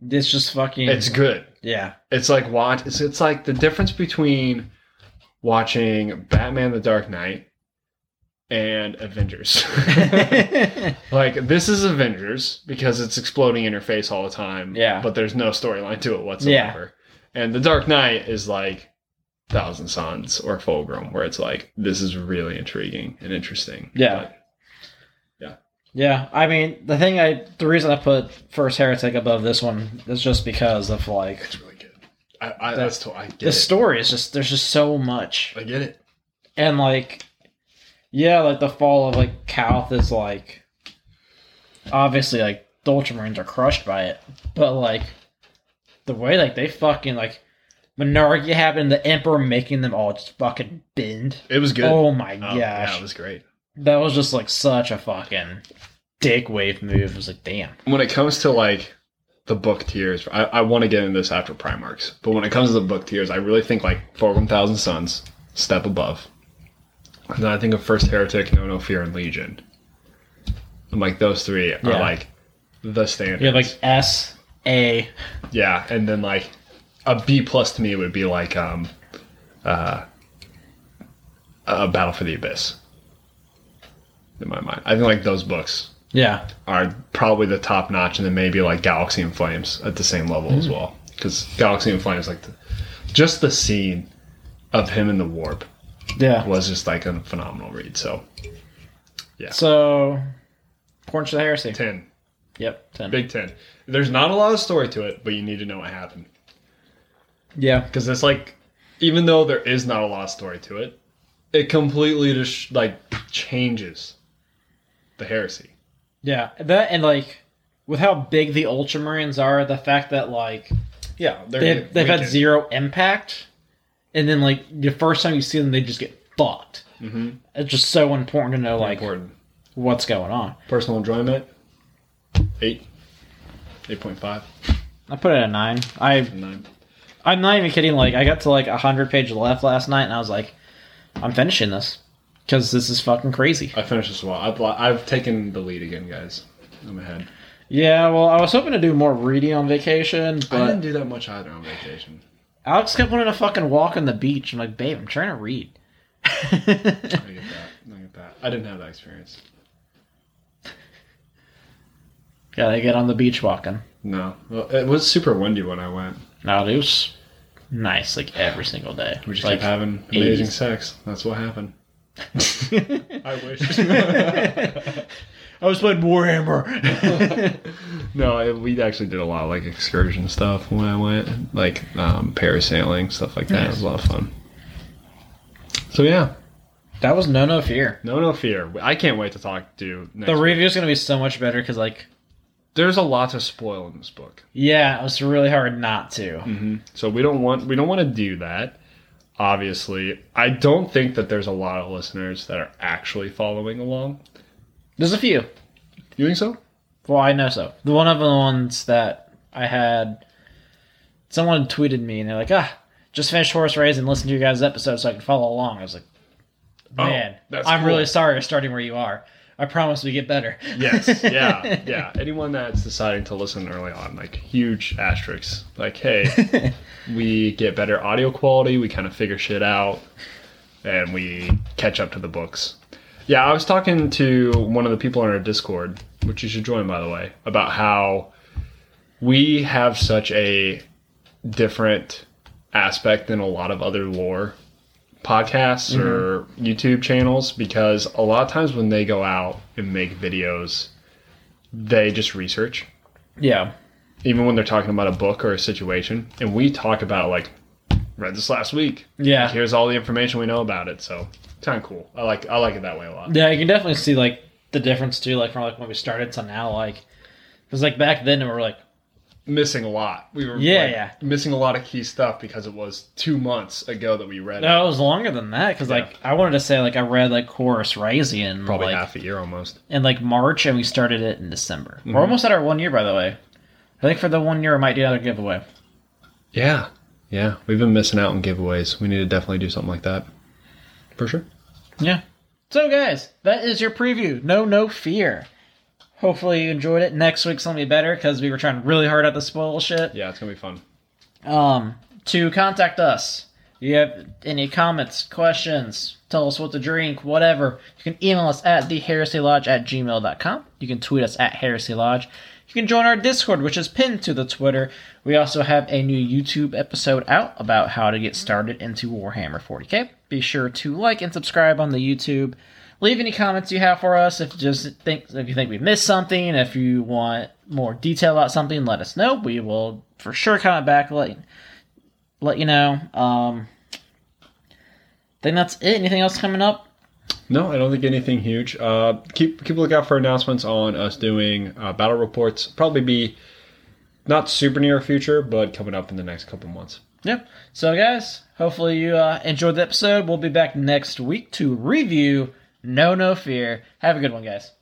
Speaker 1: It's just fucking.
Speaker 2: It's good.
Speaker 1: yeah.
Speaker 2: It's like watch. It's, it's like the difference between watching Batman: The Dark Knight and Avengers. like this is Avengers because it's exploding in your face all the time.
Speaker 1: Yeah.
Speaker 2: but there's no storyline to it whatsoever. And The Dark Knight is like Thousand Suns or Fulgrim, where it's like this is really intriguing and interesting.
Speaker 1: Yeah. Yeah, I mean, the thing I, the reason I put First Heretic above this one is just because of like
Speaker 2: But it's really good. I, I that's to- I get
Speaker 1: the
Speaker 2: it.
Speaker 1: story is just there's just so much,
Speaker 2: I get it.
Speaker 1: and like, yeah, like the fall of like Calth is like, obviously like the Ultramarines are crushed by it, but like, the way like they fucking like Minority happened, the Emperor making them all just fucking bend.
Speaker 2: It was good.
Speaker 1: Oh my
Speaker 2: Oh,
Speaker 1: gosh,
Speaker 2: yeah, it was great.
Speaker 1: that was just like such a fucking dick wave move. It was like, damn.
Speaker 2: when it comes to like the book tiers, I, I want to get into this after Primarchs, but when it comes to the book tiers, I really think like Fulgrim Thousand Suns, step above. And then I think of First Heretic, No No Fear, and Legion. I'm like, those three are
Speaker 1: Yeah.
Speaker 2: like the standards.
Speaker 1: You have like S A.
Speaker 2: yeah, and then like a B plus to me would be like um uh a Battle for the Abyss. In my mind. I think like those books
Speaker 1: Yeah,
Speaker 2: are probably the top notch, and then maybe like Galaxy and Flames at the same level as well. Because Galaxy and Flames, like the, just the scene of him in the warp
Speaker 1: yeah.
Speaker 2: was just like a phenomenal read. So
Speaker 1: So, Porn to the Heresy.
Speaker 2: ten,
Speaker 1: Yep, ten.
Speaker 2: big ten. There's not a lot of story to it, but you need to know what happened
Speaker 1: Yeah,
Speaker 2: because it's like, even though there is not a lot of story to it, it completely just like changes the heresy.
Speaker 1: yeah. That and like with how big the Ultramarines are, the fact that like
Speaker 2: Yeah, they're,
Speaker 1: they
Speaker 2: we
Speaker 1: they've had
Speaker 2: can-
Speaker 1: zero impact, and then like the first time you see them, they just get fucked.
Speaker 2: Mhm.
Speaker 1: It's just so important to know like
Speaker 2: important
Speaker 1: what's going on.
Speaker 2: personal enjoyment. Eight, eight point five,
Speaker 1: I put it at a nine. I
Speaker 2: nine.
Speaker 1: I'm not even kidding. Like I got to like a hundred page left last night, and I was like, I'm finishing this because this is fucking crazy.
Speaker 2: I finished this well. I've, I've taken the lead again, guys. I'm ahead.
Speaker 1: Yeah, well, I was hoping to do more reading on vacation,
Speaker 2: I didn't
Speaker 1: but
Speaker 2: do that much either on vacation.
Speaker 1: Alex kept wanting to fucking walk on the beach. I'm like, babe, I'm trying to read.
Speaker 2: I get that. I get that. I didn't have that experience.
Speaker 1: Gotta get on the beach walking.
Speaker 2: No. Well, it was super windy when I went.
Speaker 1: No, it was nice, like every single day.
Speaker 2: We just
Speaker 1: like,
Speaker 2: kept having amazing
Speaker 1: 80s.
Speaker 2: sex. That's what happened. I wish.
Speaker 1: I was playing Warhammer.
Speaker 2: no, I, we actually did a lot of like excursion stuff when I went, like um, parasailing stuff like that. It was a lot of fun. So yeah,
Speaker 1: that was no no fear.
Speaker 2: no, no fear. I can't wait to talk to you next.
Speaker 1: The
Speaker 2: week.
Speaker 1: review's gonna be so much better because like,
Speaker 2: There's a lot to spoil in this book.
Speaker 1: yeah, it was really hard not to.
Speaker 2: So we don't want we don't want to do that. Obviously, I don't think that there's a lot of listeners that are actually following along.
Speaker 1: There's a few.
Speaker 2: You think so?
Speaker 1: Well, I know so. The one of the ones that I had, someone tweeted me and they're like, ah, just finished horse race and listen to your guys' episode so I can follow along. I was like,
Speaker 2: Oh,
Speaker 1: man,
Speaker 2: that's
Speaker 1: I'm
Speaker 2: cool.
Speaker 1: really sorry you're starting where you are. I promise we get better.
Speaker 2: Yes. Yeah. yeah. Anyone that's deciding to listen early on, like huge asterisks. Like, hey, we get better audio quality. We kind of figure shit out, and we catch up to the books. Yeah, I was talking to one of the people on our Discord, which you should join, by the way, about how we have such a different aspect than a lot of other lore podcasts or YouTube channels because a lot of times when they go out and make videos, they just research,
Speaker 1: yeah.
Speaker 2: even when they're talking about a book or a situation. And we talk about, like, read this last week.
Speaker 1: Yeah.
Speaker 2: Here's all the information we know about it. So, kind of cool. I like I like it that way a lot.
Speaker 1: Yeah, you can definitely see like the difference too, like from like when we started to now, like because like back then we were like,
Speaker 2: Missing a lot. We were
Speaker 1: Yeah,
Speaker 2: like,
Speaker 1: yeah.
Speaker 2: missing a lot of key stuff because it was two months ago that we read it.
Speaker 1: no, it was longer than that because like I wanted to say like I read like Horus Rising
Speaker 2: Probably
Speaker 1: like,
Speaker 2: half a year almost.
Speaker 1: in like March, and we started it in December. We're almost at our one year, by the way. I think for the one year, I might do another giveaway.
Speaker 2: Yeah. Yeah. We've been missing out on giveaways. We need to definitely do something like that. For sure.
Speaker 1: Yeah. So, guys, that is your preview. No, no fear. Hopefully, you enjoyed it. Next week's gonna be better because we were trying really hard at the spoil shit.
Speaker 2: Yeah, it's gonna be fun.
Speaker 1: Um, to contact us, you have any comments, questions, tell us what to drink, whatever, you can email us at theheresylodge at gmail.com. You can tweet us at Heresy Lodge. You can join our Discord, which is pinned to the Twitter. We also have a new YouTube episode out about how to get started into Warhammer 40k. Be sure to like and subscribe on the YouTube. Leave any comments you have for us. If you just think if you think we missed something, if you want more detail about something, let us know. We will for sure comment back. Let let you know. Um, I think that's it. Anything else coming up?
Speaker 2: No, I don't think anything huge. Uh, keep keep a lookout for announcements on us doing uh, battle reports. Probably be Not super near future, but coming up in the next couple months.
Speaker 1: Yep. So, guys, hopefully you uh, enjoyed the episode. We'll be back next week to review No No Fear. Have a good one, guys.